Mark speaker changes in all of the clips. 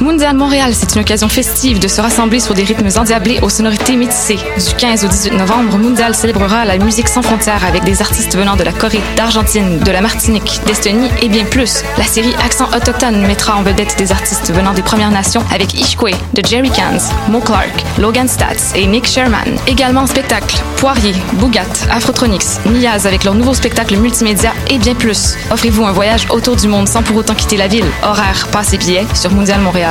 Speaker 1: Moondial Montréal, c'est une occasion festive de se rassembler sur des rythmes endiablés aux sonorités métissées. Du 15 au 18 novembre, Moondial célébrera la musique sans frontières avec des artistes venant de la Corée, d'Argentine, de la Martinique, d'Estonie et bien plus. La série Accent autochtone mettra en vedette des artistes venant des Premières Nations avec Ishkwe, de Jerry Cans, Mo Clark, Logan Stats et Nick Sherman. Également en spectacle, Poirier, Bougat, Afrotronics, Niaz avec leur nouveau spectacle multimédia et bien plus. Offrez-vous un voyage autour du monde sans pour autant quitter la ville. Horaire, passe et billets sur mondialmontréal.com.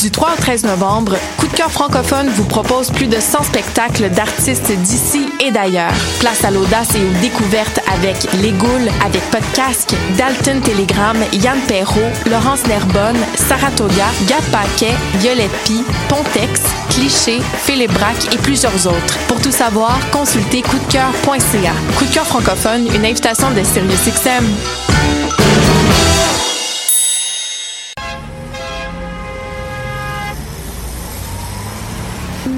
Speaker 2: Du 3 au 13 novembre, Coup de cœur francophone vous propose plus de 100 spectacles d'artistes d'ici et d'ailleurs. Place à l'audace et aux découvertes avec Les Goules, avec Podcasque, Dalton Telegram, Yann Perrault, Laurence Nerbonne, Saratoga, Gab Paquet, Violette Pie, Pontex, Cliché, Philippe Braque et plusieurs autres. Pour tout savoir, consultez coupdecoeur.ca. Coup de cœur francophone, une invitation de SiriusXM.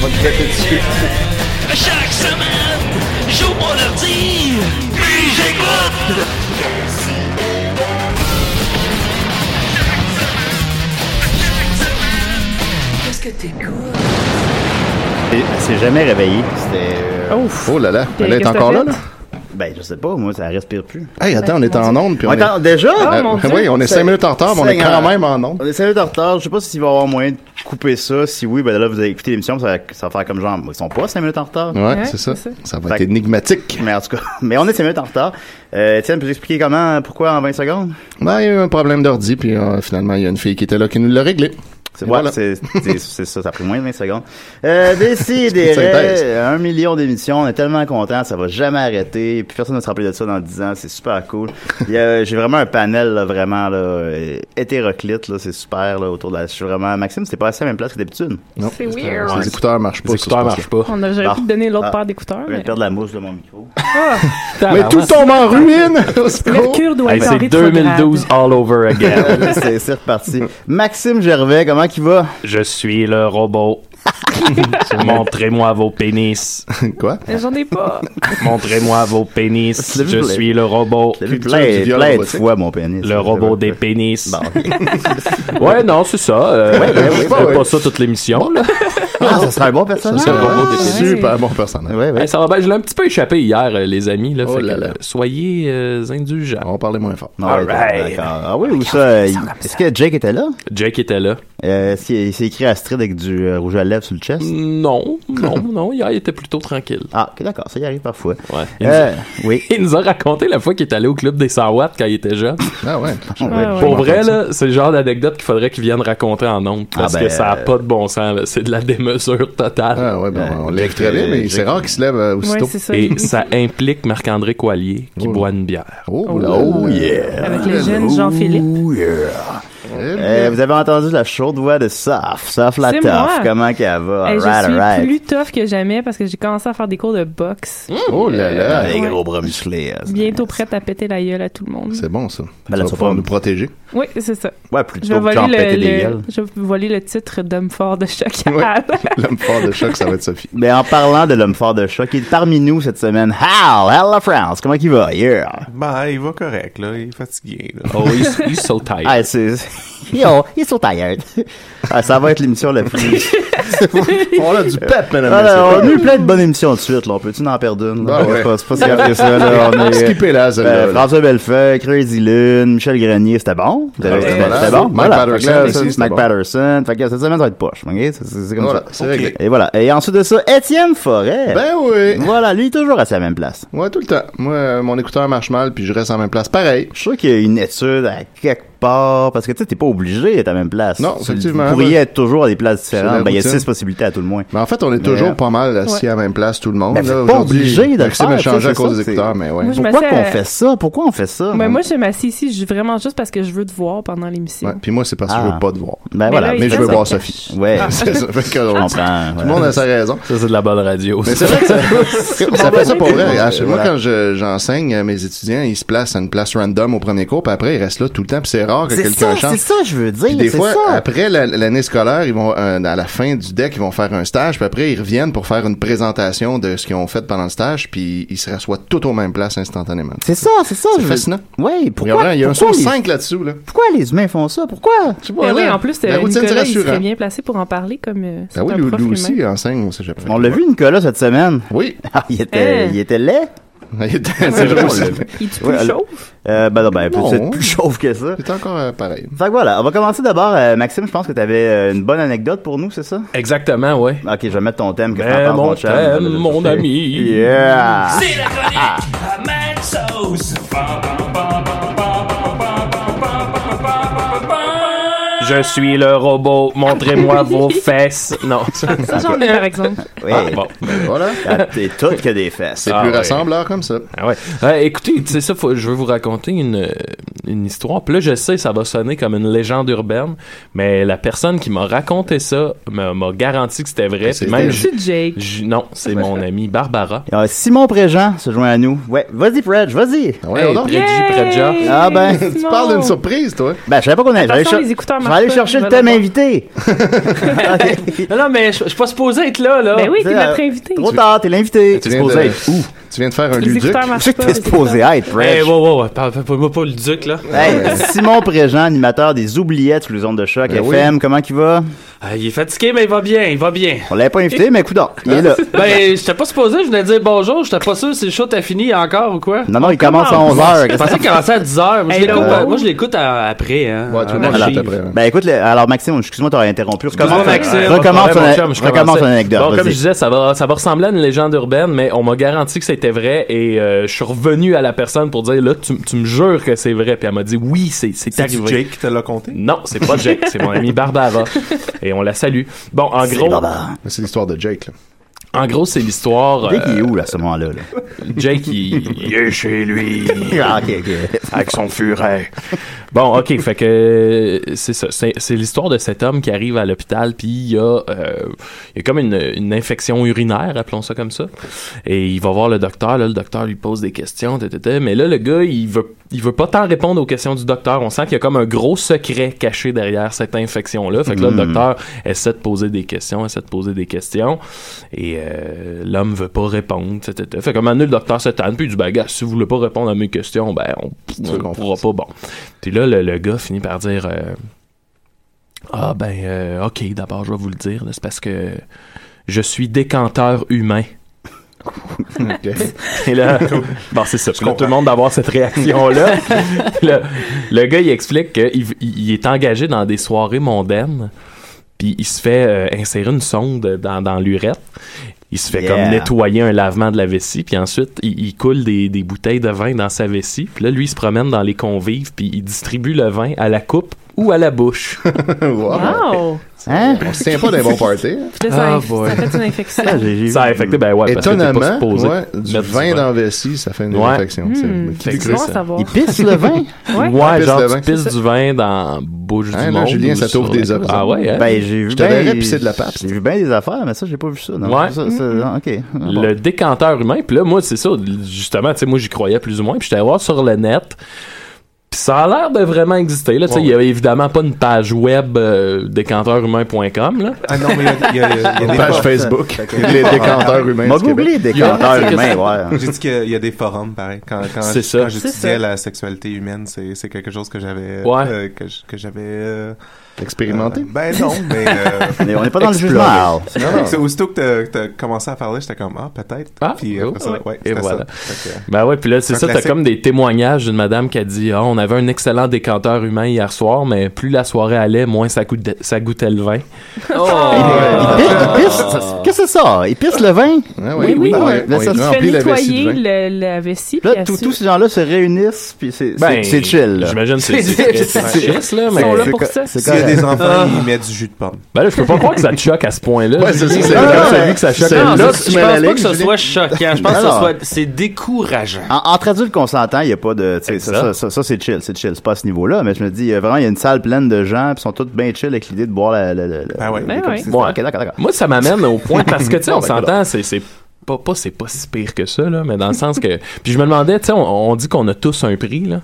Speaker 3: va te péter dessus.
Speaker 4: Chaque semaine, j'ouvre mon ordi, puis j'écoute. Qu'est-ce que t'écoutes?
Speaker 5: Elle s'est jamais réveillée. C'était. euh,
Speaker 3: Oh là là, elle est
Speaker 5: qu'est-ce
Speaker 3: encore
Speaker 5: que
Speaker 3: là,
Speaker 5: t'as
Speaker 3: là?
Speaker 5: Ben, je sais pas, moi, ça respire plus.
Speaker 3: Hey, attends, on est en onde. Puis on est-
Speaker 5: Attends, déjà?
Speaker 3: Ah, mon Dieu. oui, on est
Speaker 5: C'est-
Speaker 3: cinq minutes en retard, mais on est
Speaker 5: Seigneur.
Speaker 3: quand même en onde.
Speaker 5: On est cinq minutes en retard. Je sais pas s'il va y avoir moyen de couper ça. Si oui, ben là, vous avez écouté l'émission, ça, va- ça va faire comme genre, ils sont pas cinq minutes en retard.
Speaker 3: Ouais, c'est ça. Ça va
Speaker 5: Fait
Speaker 3: être
Speaker 5: que-
Speaker 3: énigmatique.
Speaker 5: Mais en tout cas, mais on est cinq minutes en retard. Euh, Étienne, peux-tu expliquer comment, pourquoi en 20 secondes?
Speaker 3: Ben, il y a eu un problème d'ordi, puis euh, finalement, il y a une fille qui était là qui nous l'a réglé.
Speaker 5: C'est
Speaker 3: Voilà.
Speaker 5: voilà. c'est c'est- c'est ça, ça a pris moins de 20 secondes. Euh, décidez,
Speaker 3: synthèse.
Speaker 5: un million d'émissions, on est tellement contents, ça va jamais arrêter, puis personne ne se rappelle de ça dans 10 ans, c'est super cool. Il y a- J'ai vraiment un panel là, vraiment là, euh, hétéroclite, là, c'est super là, autour de la... Je suis vraiment... Maxime, c'est pas assez à la même place que d'habitude.
Speaker 3: Non.
Speaker 6: C'est weird.
Speaker 3: Les écouteurs marchent pas.
Speaker 7: Les écouteurs marchent pas.
Speaker 6: On a, j'aurais
Speaker 5: Bon.
Speaker 6: pu te donner l'autre
Speaker 5: Ah.
Speaker 6: paire d'écouteurs.
Speaker 5: Je vais
Speaker 6: Mais...
Speaker 5: perdre la mouche de mon micro.
Speaker 3: Mais tout tombe en ruine! au secours.
Speaker 6: Mercure doit
Speaker 8: Hey,
Speaker 6: être en
Speaker 8: c'est
Speaker 6: rétrograde.
Speaker 8: 2012 all over again.
Speaker 5: c'est c'est reparti. Maxime Gervais, comment qu'il va?
Speaker 8: Je suis le robot. Montrez-moi vos pénis.
Speaker 3: Quoi?
Speaker 6: J'en ai pas.
Speaker 8: Montrez-moi vos pénis.
Speaker 5: Je l'ai vu
Speaker 8: Je
Speaker 5: plein.
Speaker 8: suis le robot.
Speaker 5: J'ai vu
Speaker 3: Culture
Speaker 5: plein,
Speaker 3: du viol
Speaker 5: plein de
Speaker 3: robotique.
Speaker 5: fois mon pénis.
Speaker 8: Le robot des pénis.
Speaker 5: Bon.
Speaker 8: Ouais, non, c'est ça. euh,
Speaker 5: ben oui,
Speaker 8: je
Speaker 5: ben
Speaker 8: fais
Speaker 5: oui.
Speaker 8: pas ça toute l'émission. là.
Speaker 5: Ah, ça serait un bon personnage.
Speaker 8: C'est le robot des pénis.
Speaker 3: Super bon personnage.
Speaker 5: Ouais, ouais.
Speaker 8: Hey, Eh, ça va bien. Je l'ai un petit peu échappé hier, euh, les amis. Là,
Speaker 3: Oh
Speaker 8: fait
Speaker 3: là
Speaker 8: que,
Speaker 3: là.
Speaker 8: euh, Soyez euh, indulgents.
Speaker 3: On va parler moins fort.
Speaker 5: Ah ouais,
Speaker 8: Alright.
Speaker 5: d'accord. Ah oui, où ça? il- Est-ce que Jake était là?
Speaker 8: Jake était là.
Speaker 5: Euh, Est-ce qu'il s'est écrit Astrid avec du euh, rouge à lèvres sur le chest?
Speaker 8: Non, non, non. Hier, il était plutôt tranquille.
Speaker 5: Ah, ok, d'accord, ça y arrive parfois.
Speaker 8: Ouais. Il, nous a,
Speaker 5: Euh, oui.
Speaker 8: il nous a raconté la fois qu'il est allé au club des 100 watts quand il était jeune.
Speaker 3: Ah ouais.
Speaker 6: ouais.
Speaker 8: Pour vrai, là, c'est le genre d'anecdote qu'il faudrait qu'il vienne raconter en ondes. Parce
Speaker 5: Ah, ben,
Speaker 8: que ça n'a
Speaker 5: euh,
Speaker 8: pas de bon sens. là. C'est de la démesure totale.
Speaker 3: Ah ouais, ben, on lève
Speaker 5: Jake,
Speaker 3: très bien,
Speaker 5: euh,
Speaker 3: mais
Speaker 5: Jake-
Speaker 3: c'est rare qu'il se lève euh,
Speaker 6: Ouais,
Speaker 3: aussitôt.
Speaker 6: c'est ça.
Speaker 8: Et ça implique Marc-André Coallier qui
Speaker 3: Oh.
Speaker 8: boit une bière.
Speaker 3: Oh,
Speaker 6: Oh
Speaker 3: là
Speaker 5: Oh
Speaker 3: là.
Speaker 5: yeah!
Speaker 6: Avec le jeune Jean-Philippe.
Speaker 5: Oh yeah!
Speaker 3: Eh
Speaker 5: Euh,
Speaker 3: bien.
Speaker 5: vous avez entendu la chaude voix de Saf. Saf la
Speaker 6: C'est
Speaker 5: toffe.
Speaker 6: moi.
Speaker 5: Comment qu'elle va?
Speaker 6: Hey, je suis
Speaker 5: Alright, alright.
Speaker 6: plus tough que jamais parce que j'ai commencé à faire des cours de boxe.
Speaker 3: Oh là
Speaker 5: Ah,
Speaker 3: là.
Speaker 5: les
Speaker 6: Ouais.
Speaker 5: gros bras musclés. hein, là.
Speaker 6: Bientôt prête à péter la gueule à tout le monde.
Speaker 3: C'est bon ça.
Speaker 5: Ben, là,
Speaker 3: ça va
Speaker 5: tu vas
Speaker 3: pouvoir
Speaker 5: pas-
Speaker 3: nous protéger.
Speaker 6: Oui, c'est ça.
Speaker 5: Ouais,
Speaker 6: Je vais,
Speaker 5: plutôt que
Speaker 6: voler
Speaker 5: genre
Speaker 6: le,
Speaker 5: péter des
Speaker 6: le-
Speaker 5: gueules.
Speaker 6: je vais voler le titre d'homme fort de chacal.
Speaker 3: L'homme fort de choc, ça va être Sophie.
Speaker 5: Mais en parlant de l'homme fort de choc, il est parmi nous cette semaine. Hal! Hal la France! Comment qu'il va? Yeah!
Speaker 9: Ben, il va correct, là. Il est fatigué, là.
Speaker 8: Oh, he's, he's so tired.
Speaker 5: Ah, c'est... Yo, he's so tired. Ah, ça va être l'émission la plus...
Speaker 3: On a Oh, du pep, mesdames
Speaker 5: Ah, là,
Speaker 3: et
Speaker 5: on a
Speaker 3: messieurs.
Speaker 5: eu plein de bonnes émissions de suite, là. On peut-tu en perdre une? là?
Speaker 3: Ah ouais.
Speaker 5: C'est Bah, pas- C'est pas si grave que ça, là. On est...
Speaker 3: Skipper là, celle-là.
Speaker 5: Euh, François Bellefeuille, Crazy Lune, Michel Grenier, c'était bon. C'était
Speaker 3: Ah,
Speaker 5: c'était-
Speaker 3: voilà.
Speaker 5: c'était bon.
Speaker 3: Mike
Speaker 5: Voilà.
Speaker 3: Patterson
Speaker 5: Fait que là,
Speaker 3: aussi,
Speaker 5: ça,
Speaker 3: c'était
Speaker 5: Mike
Speaker 3: bon.
Speaker 5: Patterson. Fait que cette semaine, ça va être poche. ok? C'est- C'est c'est comme
Speaker 3: Voilà,
Speaker 5: ça.
Speaker 3: c'est réglé.
Speaker 5: Et voilà. Et ensuite de ça, Étienne Forêt.
Speaker 3: Ben oui.
Speaker 5: Voilà, lui, toujours assis à la même place.
Speaker 3: Ouais, tout le temps. Moi, euh, mon écouteur marche mal, puis je reste en même place. Pareil.
Speaker 5: Je suis sûr qu'il y a une étude à quelque part, parce que tu sais, t'es pas obligé d'être à la même place.
Speaker 3: Non,
Speaker 5: Tu-
Speaker 3: effectivement.
Speaker 5: Vous pourriez être toujours à des places
Speaker 3: la
Speaker 5: différentes. Ben, il y a
Speaker 3: routine.
Speaker 5: six possibilités à tout le moins.
Speaker 3: Mais en fait, on est
Speaker 5: Mais,
Speaker 3: toujours
Speaker 5: euh,
Speaker 3: pas mal assis
Speaker 6: ouais.
Speaker 3: à la même place, tout le monde.
Speaker 5: Mais
Speaker 3: là,
Speaker 5: vous êtes pas
Speaker 3: aujourd'hui.
Speaker 5: obligé de le
Speaker 3: Maxime a
Speaker 5: faire,
Speaker 3: changé
Speaker 5: ça,
Speaker 3: à cause
Speaker 5: c'est
Speaker 3: des
Speaker 5: ça,
Speaker 3: écouteurs,
Speaker 5: c'est-
Speaker 3: mais ouais.
Speaker 6: Moi, je
Speaker 5: Pourquoi
Speaker 6: m'assieds
Speaker 5: qu'on
Speaker 6: à-
Speaker 5: fait ça? Pourquoi on fait ça?
Speaker 6: Mais moi, je m'assieds ici je- vraiment juste parce que je veux te voir pendant l'émission.
Speaker 3: Ouais, Puis moi, c'est parce que je
Speaker 5: Ah.
Speaker 3: veux pas te voir.
Speaker 5: Ben voilà.
Speaker 6: là, il
Speaker 3: mais je
Speaker 6: fait
Speaker 3: veux
Speaker 6: ça
Speaker 3: voir
Speaker 6: en cache.
Speaker 3: Sophie.
Speaker 5: Ouais.
Speaker 3: C'est ça. Fait que,
Speaker 5: Je
Speaker 3: on-
Speaker 5: comprends.
Speaker 3: Tout le
Speaker 5: voilà.
Speaker 3: monde a sa raison.
Speaker 8: Ça, c'est de la bonne radio.
Speaker 3: Mais c'est vrai que ça, ça fait ça pour vrai. Ah, chez Moi,
Speaker 5: Voilà.
Speaker 3: quand je- j'enseigne à mes étudiants, ils se placent à une place random au premier cours, puis après, ils restent là tout le temps, puis c'est rare que
Speaker 5: C'est
Speaker 6: Ah,
Speaker 3: quelqu'un
Speaker 5: ça, c'est
Speaker 3: change.
Speaker 5: ça, je veux dire.
Speaker 3: Puis des
Speaker 5: c'est
Speaker 3: fois,
Speaker 5: ça.
Speaker 3: après la- l'année scolaire, ils vont euh, à la fin du deck, ils vont faire un stage, puis après ils reviennent pour faire une présentation de ce qu'ils ont fait pendant le stage, puis ils se rassoient tout aux mêmes places instantanément.
Speaker 5: C'est ça, c'est ça.
Speaker 3: C'est
Speaker 5: je-
Speaker 3: fascinant.
Speaker 5: Ouais,
Speaker 3: Il y a vraiment-
Speaker 5: pourquoi,
Speaker 3: il y a un
Speaker 5: pourquoi,
Speaker 3: saut
Speaker 5: les,
Speaker 3: 5 là-dessus là.
Speaker 5: pourquoi les humains font ça? Pourquoi?
Speaker 3: Tu
Speaker 6: Ben
Speaker 3: vois,
Speaker 6: oui,
Speaker 3: là,
Speaker 6: en plus,
Speaker 3: la
Speaker 6: euh,
Speaker 3: routine, c'est
Speaker 6: Nicolas, il serait
Speaker 3: rassurant.
Speaker 6: bien placé pour en parler comme euh, c'est
Speaker 3: Ben oui,
Speaker 6: un
Speaker 3: lui,
Speaker 6: prof
Speaker 3: lui
Speaker 6: humain.
Speaker 3: aussi il enseigne au cégep.
Speaker 5: On l'a vu, Nicolas, cette semaine.
Speaker 3: Oui. Ben,
Speaker 5: Ah, il était,
Speaker 6: Hein?
Speaker 5: il était laid.
Speaker 3: Il était- c'est
Speaker 5: vrai,
Speaker 3: drôle.
Speaker 5: on l'a vu.
Speaker 6: Il te
Speaker 5: hein. Ouais,
Speaker 6: plus
Speaker 5: alors-
Speaker 6: chaud.
Speaker 5: Euh, ben non, ben,
Speaker 3: Non.
Speaker 5: peut-être plus chauve que ça.
Speaker 3: Il était encore euh, pareil.
Speaker 5: Fait que voilà, on va commencer d'abord, euh, Maxime, je pense que tu avais une bonne anecdote pour nous, c'est ça?
Speaker 8: Exactement, ouais.
Speaker 5: Ok, je vais mettre ton thème. que
Speaker 8: Ben,
Speaker 5: t'en penses,
Speaker 8: mon
Speaker 5: chum?
Speaker 8: thème, mon ami.
Speaker 5: Yeah!
Speaker 4: C'est la chronique à Mad Sauce.
Speaker 8: Je suis le robot, montrez-moi vos fesses. Non.
Speaker 6: Ça, j'en ai, par exemple.
Speaker 5: Oui.
Speaker 8: Ah, bon.
Speaker 3: Voilà.
Speaker 5: Ah, T'es tout que des fesses.
Speaker 3: C'est
Speaker 8: Ah,
Speaker 3: plus
Speaker 8: ouais.
Speaker 3: rassembleur comme ça.
Speaker 8: Ah ouais. Euh, écoutez, c'est ça, faut- je veux vous raconter une, une histoire. Puis là, je sais, ça va sonner comme une légende urbaine, mais la personne qui m'a raconté ça m'a m'a garanti que c'était vrai. Puis même,
Speaker 6: C'est Jake.
Speaker 8: j- non, c'est mon ami Barbara.
Speaker 5: Il y a Ah, Simon Préjean se joint à nous. Ouais, vas-y, Predge, vas-y.
Speaker 8: Ah ouais, Hey, donc. Predgy, Predja.
Speaker 5: Ah ben,
Speaker 8: Tu Simon.
Speaker 3: parles d'une surprise, toi.
Speaker 5: Ben, je savais pas qu'on allait.
Speaker 8: Attention,
Speaker 5: j'allais
Speaker 8: les écouteurs
Speaker 5: je vais
Speaker 8: marchent
Speaker 5: aller
Speaker 8: pas,
Speaker 5: chercher le
Speaker 8: je vais
Speaker 5: thème
Speaker 8: l'avoir.
Speaker 5: invité.
Speaker 8: non, non, mais je je suis pas supposé être là, là.
Speaker 6: Ben oui, t'es
Speaker 5: Euh,
Speaker 6: notre invité.
Speaker 5: Trop tard, t'es l'invité.
Speaker 8: Tu viens supposé de- être
Speaker 5: où?
Speaker 3: Tu viens de faire un
Speaker 6: Les écouteurs
Speaker 5: Je
Speaker 6: marchent
Speaker 5: sais que
Speaker 6: pas,
Speaker 5: t'es
Speaker 6: les
Speaker 5: supposé être,
Speaker 8: Hey,
Speaker 5: Predge.
Speaker 8: wow, wow, ouais, parle- parle-moi pas le duc, là.
Speaker 5: Hey, Simon Préjean, animateur des Oubliettes sur les ondes de choc
Speaker 8: Ben oui.
Speaker 5: FM, comment qu'il va?
Speaker 8: Ah, il est fatigué, mais il va bien, il va bien.
Speaker 5: On l'avait pas invité, mais écoute, il est là.
Speaker 8: Ben, j'étais pas supposé, je venais dire bonjour, j'étais pas sûr si le show t'a fini encore ou quoi.
Speaker 5: Non, non, il commence à 11h.
Speaker 8: Je pensais qu'il commençait à
Speaker 6: Ah,
Speaker 8: 10h. Moi, je
Speaker 5: Hey,
Speaker 8: l'écoute,
Speaker 5: là,
Speaker 8: euh,
Speaker 6: oh.
Speaker 5: wow.
Speaker 8: moi, je l'écoute à- après. Hein, ouais,
Speaker 5: Voilà. Ben écoute, le- alors Maxime, excuse-moi, t'aurais interrompu.
Speaker 9: Ah,
Speaker 5: Recommence, recommence, ton- recommence ton anecdote.
Speaker 8: Bon, comme
Speaker 5: vas-y.
Speaker 8: je disais, ça va, ça va ressembler à une légende urbaine, mais on m'a garanti que c'était vrai et euh, je suis revenu à la personne pour dire là, tu, tu me jures que c'est vrai. Puis elle m'a dit oui, c'est c'est
Speaker 9: C'est-tu
Speaker 8: arrivé.
Speaker 9: Jake qui te l'a compté?
Speaker 8: Non, c'est pas Jake, c'est mon ami Barbara. Et on la salue. Bon, en
Speaker 5: C'est
Speaker 8: gros.
Speaker 5: Barbara.
Speaker 3: Mais C'est l'histoire de Jake, là.
Speaker 8: En gros, c'est l'histoire.
Speaker 5: Dès qu'il est
Speaker 8: euh,
Speaker 5: où, là, à ce moment-là? là?
Speaker 8: Jake, il, il est chez lui.
Speaker 5: Ah, ok, ok.
Speaker 8: Avec son furet. Bon, ok, fait que euh, c'est ça. C'est c'est l'histoire de cet homme qui arrive à l'hôpital, puis il y a, euh, il y a comme une, une infection urinaire, appelons ça comme ça. Et il va voir le docteur, là, le docteur lui pose des questions, ta, ta, ta. mais là, le gars, il veut, il veut pas tant répondre aux questions du docteur. On sent qu'il y a comme un gros secret caché derrière cette infection-là. Fait que là, le
Speaker 5: Mm.
Speaker 8: docteur essaie de poser des questions, essaie de poser des questions, et euh, l'homme veut pas répondre, ta, ta, ta. Fait comme un moment donné, le docteur se tanne, puis il dit, ben, gars, si vous voulez pas répondre à mes questions, ben, on, on pourra pas, bon. Puis là, le, le gars finit par dire euh, Ah, ben, euh, ok, d'abord, je vais vous le dire, là, c'est parce que je suis décanteur humain. Et là, bon, c'est ça. Puis là, tout le monde d'avoir cette réaction-là. le, le gars, il explique qu'il v- il est engagé dans des soirées mondaines, puis il se fait euh, insérer une sonde dans, dans l'urette. Il se fait
Speaker 5: Yeah.
Speaker 8: comme nettoyer un lavement de la vessie, puis ensuite, il, il coule des, des bouteilles de vin dans sa vessie. Puis là, lui, il se promène dans les convives, puis il distribue le vin à la coupe ou à la bouche.
Speaker 6: Wow!
Speaker 5: Hein?
Speaker 3: On se tient pas d'un bon party. hein.
Speaker 6: Là, ça,
Speaker 8: Ah,
Speaker 6: a- ça a fait une infection.
Speaker 5: Ah,
Speaker 8: Ça a affecté, ben ouais, parce que t'es pas
Speaker 3: Étonnamment,
Speaker 8: supposé
Speaker 3: ouais, du
Speaker 8: mettre
Speaker 3: vin
Speaker 8: vin.
Speaker 3: dans le vessie, ça fait une
Speaker 8: Ouais.
Speaker 3: infection. C'est-
Speaker 6: Hmm,
Speaker 3: Qui
Speaker 6: c'est
Speaker 3: crée
Speaker 6: bon à
Speaker 3: ça?
Speaker 6: savoir.
Speaker 5: Il pisse le vin?
Speaker 6: Ouais.
Speaker 8: Ouais,
Speaker 3: pisse
Speaker 8: genre,
Speaker 3: de
Speaker 8: tu
Speaker 3: vin.
Speaker 8: pisses du vin dans la bouche
Speaker 3: Hein,
Speaker 8: du
Speaker 3: là,
Speaker 8: monde.
Speaker 3: Julien,
Speaker 8: ou
Speaker 3: ça t'ouvre
Speaker 8: sur-
Speaker 3: des oreilles.
Speaker 8: Ah ouais, hein?
Speaker 5: Ben, j'ai vu.
Speaker 3: Je te
Speaker 5: bien-
Speaker 3: verrais pisser de la pape.
Speaker 5: J'ai vu bien des affaires, mais ça, j'ai pas vu ça. Non.
Speaker 8: Ouais.
Speaker 5: Ça, ça, non, ok. Ah, bon.
Speaker 8: Le décanteur humain. Puis là, moi, c'est ça. Justement, tu sais, moi, j'y croyais plus ou moins. Puis j'étais allé voir sur le net. Puis ça a l'air de vraiment exister. Là, tu sais, il y a évidemment pas une page web euh, décanteurhumain.com. Là.
Speaker 9: Ah non, mais il y a, il y a- il y a des
Speaker 3: Page
Speaker 9: forums.
Speaker 3: Facebook.
Speaker 9: Fait que-
Speaker 3: Les décanteurs humains.
Speaker 5: M'a
Speaker 3: du Québec.
Speaker 5: googlé décanteur humain, ouais.
Speaker 9: J'ai dit qu'il y a des forums, pareil. Quand, quand,
Speaker 8: C'est
Speaker 9: je-
Speaker 8: ça.
Speaker 9: quand j'étudiais
Speaker 6: ça.
Speaker 9: la sexualité humaine, c'est c'est quelque chose que j'avais...
Speaker 8: Ouais.
Speaker 9: euh, que j- que j'avais... euh,
Speaker 3: Expérimenté.
Speaker 9: ben non, mais... euh,
Speaker 5: Mais on est pas dans le
Speaker 9: Explorer.
Speaker 5: jugement, Al.
Speaker 9: Non, non. C'est aussitôt que t'as- que t'as commencé à parler, j'étais comme, ah, peut-être.
Speaker 8: Ah,
Speaker 9: Puis après
Speaker 8: oh,
Speaker 9: ça,
Speaker 8: ouais.
Speaker 9: ouais,
Speaker 8: Et
Speaker 9: c'était
Speaker 8: voilà.
Speaker 9: ça. Fait que, euh,
Speaker 8: Ben ouais, puis là, c'est
Speaker 9: Un
Speaker 8: ça, t'as
Speaker 9: classique.
Speaker 8: comme des témoignages d'une madame qui a dit Ah, on avait un excellent décanteur humain hier soir, mais plus la soirée allait, moins ça, goûtait- ça goûtait le vin.
Speaker 5: Il pisse, il pisse. Qu'est-ce que c'est ça? Il pisse le vin?
Speaker 3: Ah
Speaker 6: Oui, oui,
Speaker 3: Ah
Speaker 6: oui.
Speaker 3: ouais,
Speaker 5: Mais
Speaker 3: on
Speaker 5: ça
Speaker 3: y
Speaker 5: se fait
Speaker 6: Il fait
Speaker 3: remplit la vessie
Speaker 6: nettoyer
Speaker 3: de vin.
Speaker 6: le- la vessie. puis
Speaker 5: Là, tous-
Speaker 6: assis-
Speaker 5: tous ces gens-là se réunissent, puis c'est c'est- c'est chill. là.
Speaker 8: Ben, J'imagine que c'est c'est- c'est triste, là,
Speaker 6: Ils sont
Speaker 8: mais.
Speaker 6: là pour ça.
Speaker 5: C'est
Speaker 9: S'il y a
Speaker 5: correct.
Speaker 9: des enfants, ils mettent du jus de pomme.
Speaker 8: Ben là, je peux pas croire que ça te choque à ce point-là.
Speaker 3: Ouais,
Speaker 5: Ah,
Speaker 3: c'est ça, c'est
Speaker 8: Comme
Speaker 3: vrai.
Speaker 8: celui que ça choque.
Speaker 3: C'est-
Speaker 10: Non,
Speaker 3: Là,
Speaker 10: ça,
Speaker 3: tu
Speaker 10: je
Speaker 3: mets
Speaker 10: pense
Speaker 3: la
Speaker 10: pas
Speaker 3: ligne,
Speaker 10: que ce
Speaker 3: Julien.
Speaker 10: soit choquant. Je pense que ce
Speaker 5: Non, non.
Speaker 10: soit, c'est décourageant.
Speaker 5: En- entre adultes qu'on s'entend, il n'y a pas de. tu sais, Ça, ça, ça, ça, c'est chill, c'est chill. C'est pas à ce niveau-là, mais je me dis, euh, vraiment, il y a une salle pleine de gens, puis ils sont tous bien chill avec l'idée de boire la. la, la, la-
Speaker 9: Ah ouais.
Speaker 5: la-
Speaker 6: Ben
Speaker 5: comme
Speaker 6: ouais.
Speaker 5: si-
Speaker 8: Ouais.
Speaker 5: Ok, d'accord, d'accord.
Speaker 8: Moi, ça m'amène au point parce que, tu sais,
Speaker 5: Bon,
Speaker 8: on
Speaker 5: ben,
Speaker 8: s'entend, c'est, c'est pas, pas, c'est pas si pire que ça, là, mais dans le sens que. Puis je me demandais, tu sais, on, on dit qu'on a tous un prix, là.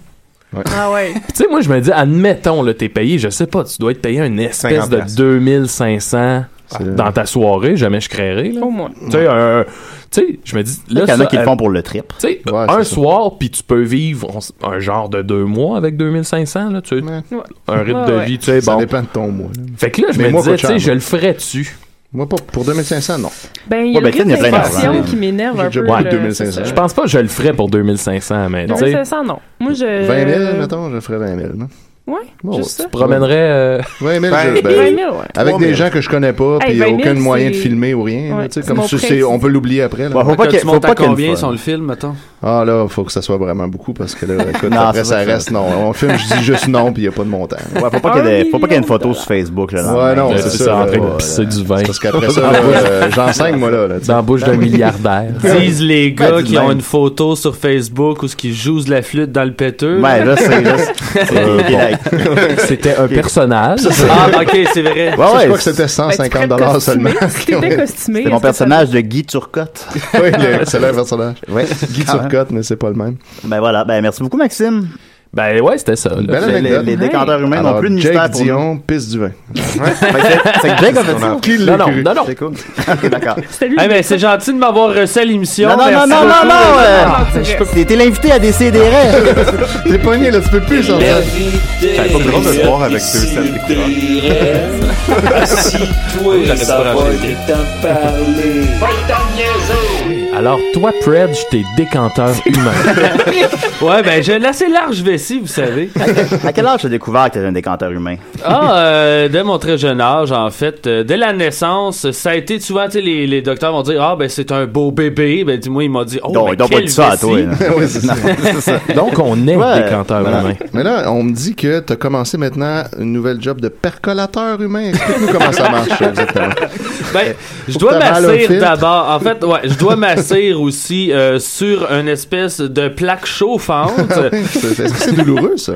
Speaker 6: Ah ouais.
Speaker 8: Puis tu sais, moi, je me dis, admettons, là, t'es payé, je sais pas, tu dois être payé une espèce
Speaker 9: 50
Speaker 8: de
Speaker 9: piastres.
Speaker 8: 2500 dans ta soirée, jamais je créerai, là.
Speaker 6: Au moins.
Speaker 8: Tu sais, un- tu sais, je me dis, là,
Speaker 5: Il y en a
Speaker 8: ça,
Speaker 5: qui le
Speaker 8: euh,
Speaker 5: font pour le trip.
Speaker 8: Tu sais,
Speaker 3: Ouais,
Speaker 8: un
Speaker 3: c'est ça.
Speaker 8: soir, puis tu peux vivre on s- un genre de deux mois avec 2500, là, tu sais,
Speaker 3: Ouais.
Speaker 8: un rythme
Speaker 6: Ouais,
Speaker 8: de
Speaker 6: ouais.
Speaker 8: vie, tu sais,
Speaker 3: Ça
Speaker 8: bon.
Speaker 3: dépend de ton mois. là.
Speaker 8: Fait que là, je
Speaker 3: Mais
Speaker 8: me
Speaker 3: moi,
Speaker 8: disais,
Speaker 3: coûte
Speaker 8: tu
Speaker 3: cher,
Speaker 8: sais, je
Speaker 3: moi.
Speaker 8: le ferais-tu?
Speaker 3: Moi, pas pour 2500, non.
Speaker 6: Ben, il y a
Speaker 5: Ouais, ben,
Speaker 6: le
Speaker 5: Ken, il y a
Speaker 6: risque
Speaker 5: plein
Speaker 6: d'infection
Speaker 5: d'argent.
Speaker 6: qui m'énerve
Speaker 3: J'ai
Speaker 6: un
Speaker 3: déjà
Speaker 6: peu.
Speaker 3: pris
Speaker 6: là,
Speaker 3: 2500.
Speaker 6: c'est
Speaker 8: Je
Speaker 6: ça.
Speaker 8: pense pas que je le ferais pour 2500, mais tu sais.
Speaker 10: Euh,
Speaker 6: 2500, non. Moi, je.
Speaker 3: 20 000, mettons, je ferais 20 000. non?
Speaker 6: Ouais,
Speaker 8: Bon,
Speaker 6: juste
Speaker 8: tu
Speaker 6: ça.
Speaker 8: te promènerais. euh,
Speaker 3: 20 000,
Speaker 8: Ben,
Speaker 3: je- ben,
Speaker 6: 20 000, ouais.
Speaker 3: Avec
Speaker 8: 3
Speaker 3: des
Speaker 8: 000.
Speaker 3: gens que je connais pas,
Speaker 6: Hey,
Speaker 3: puis
Speaker 6: 20 000,
Speaker 3: aucun moyen de
Speaker 6: c'est-
Speaker 3: filmer ou rien.
Speaker 6: Ouais,
Speaker 3: là, tu sais,
Speaker 6: c'est
Speaker 3: comme
Speaker 6: mon
Speaker 3: ça,
Speaker 6: prêt,
Speaker 3: c'est-
Speaker 6: ça.
Speaker 3: on peut l'oublier après. là.
Speaker 5: Bon, faut pas
Speaker 10: Quand
Speaker 5: qu'il-
Speaker 10: tu montes à
Speaker 3: qu'il y ait le
Speaker 10: combien
Speaker 3: fun.
Speaker 10: si on le filme, mettons?
Speaker 3: Ah là, faut que ça soit vraiment beaucoup parce que là, écoute,
Speaker 5: Non,
Speaker 3: après
Speaker 5: ça
Speaker 3: ça
Speaker 5: va faire
Speaker 3: reste
Speaker 5: ça.
Speaker 3: non. On filme, je dis juste non, puis il n'y a pas de montant.
Speaker 5: Ouais, faut pas qu'il y ait, des- faut pas qu'il y ait une photo sur Facebook. Là,
Speaker 3: Ouais, non, c'est ça.
Speaker 8: en train
Speaker 3: ouais,
Speaker 8: de pisser du vin.
Speaker 3: Parce qu'après ça, là, euh, j'enseigne, moi, là. là, tu sais.
Speaker 8: Dans la bouche d'un milliardaire.
Speaker 10: Disent les gars
Speaker 3: dis
Speaker 10: qui
Speaker 3: même.
Speaker 10: ont une photo sur Facebook ou ce qui jouent de la flûte dans le péteux.
Speaker 5: Ouais, là, c'est juste.
Speaker 8: C'était un personnage.
Speaker 10: Ah, ok, c'est
Speaker 5: Ouais,
Speaker 10: vrai.
Speaker 3: Ça, je
Speaker 5: ouais,
Speaker 3: crois que c'était 150 dollars seulement.
Speaker 6: Si t'étais costumé,
Speaker 5: C'était mon
Speaker 6: est-ce que ça-
Speaker 5: personnage de Guy Turcotte.
Speaker 3: Oui, le- c'est leur personnage.
Speaker 5: Ouais.
Speaker 3: Guy
Speaker 5: Quand même.
Speaker 3: Turcotte, mais c'est pas le même.
Speaker 5: Ben voilà, ben merci beaucoup, Maxime.
Speaker 8: Ben ouais, c'était ça. là.
Speaker 3: Belle
Speaker 5: Les, les-
Speaker 3: anecdote.
Speaker 5: les décanteurs humains n'ont
Speaker 3: Alors,
Speaker 5: plus de mystère
Speaker 3: Jake
Speaker 5: pour nous.
Speaker 3: Dion, pisse du vin.
Speaker 5: Fait que c'est- C'est que Jake a fait ça.
Speaker 3: Qui l'a
Speaker 8: Non, non,
Speaker 3: cru?
Speaker 8: non, non.
Speaker 5: C'est cool. Ok, d'accord.
Speaker 6: C'était lui. Ah,
Speaker 10: Eh ben, c'est gentil de m'avoir reçu à l'émission.
Speaker 5: Non, non, non,
Speaker 10: Merci
Speaker 5: non,
Speaker 10: beaucoup.
Speaker 5: non, non! euh,
Speaker 6: Non, c'est
Speaker 5: je
Speaker 6: vrai.
Speaker 5: peux- T'es t'es l'invité à décider des rêves.
Speaker 3: T'es pogné, là, tu peux plus, genre.
Speaker 9: C'est pas plus drôle de se voir avec deux sets découverts.
Speaker 8: Alors, toi, Fred, je t'ai décanteur humain.
Speaker 10: Ouais, ben, j'ai une assez large vessie, vous savez.
Speaker 5: À quel âge t'as découvert que t'étais un décanteur humain?
Speaker 10: Ah, euh, dès mon très jeune âge, en fait, euh, dès la naissance, ça a été souvent, tu sais, les, les docteurs vont dire, ah, ben, c'est un beau bébé. Ben, dis-moi, il m'a dit, oh,
Speaker 5: Non,
Speaker 10: ben,
Speaker 5: ils t'ont pas
Speaker 10: quelle
Speaker 5: dit ça à
Speaker 10: vessie.
Speaker 5: toi. là.
Speaker 3: Oui, c'est ça.
Speaker 8: Donc, on est
Speaker 5: Ouais,
Speaker 8: décanteur
Speaker 5: voilà.
Speaker 8: humain.
Speaker 3: Mais là, on me dit que t'as commencé maintenant une nouvelle job de percolateur humain. Explique-nous comment ça marche, exactement. Euh,
Speaker 10: Ben, je
Speaker 3: que
Speaker 10: dois
Speaker 3: t'as mal au
Speaker 10: m'assir
Speaker 3: filtre.
Speaker 10: d'abord. En fait, ouais, je dois m'assir aussi euh, sur une espèce de plaque chauffante.
Speaker 3: C'est- Est-ce que c'est douloureux, ça?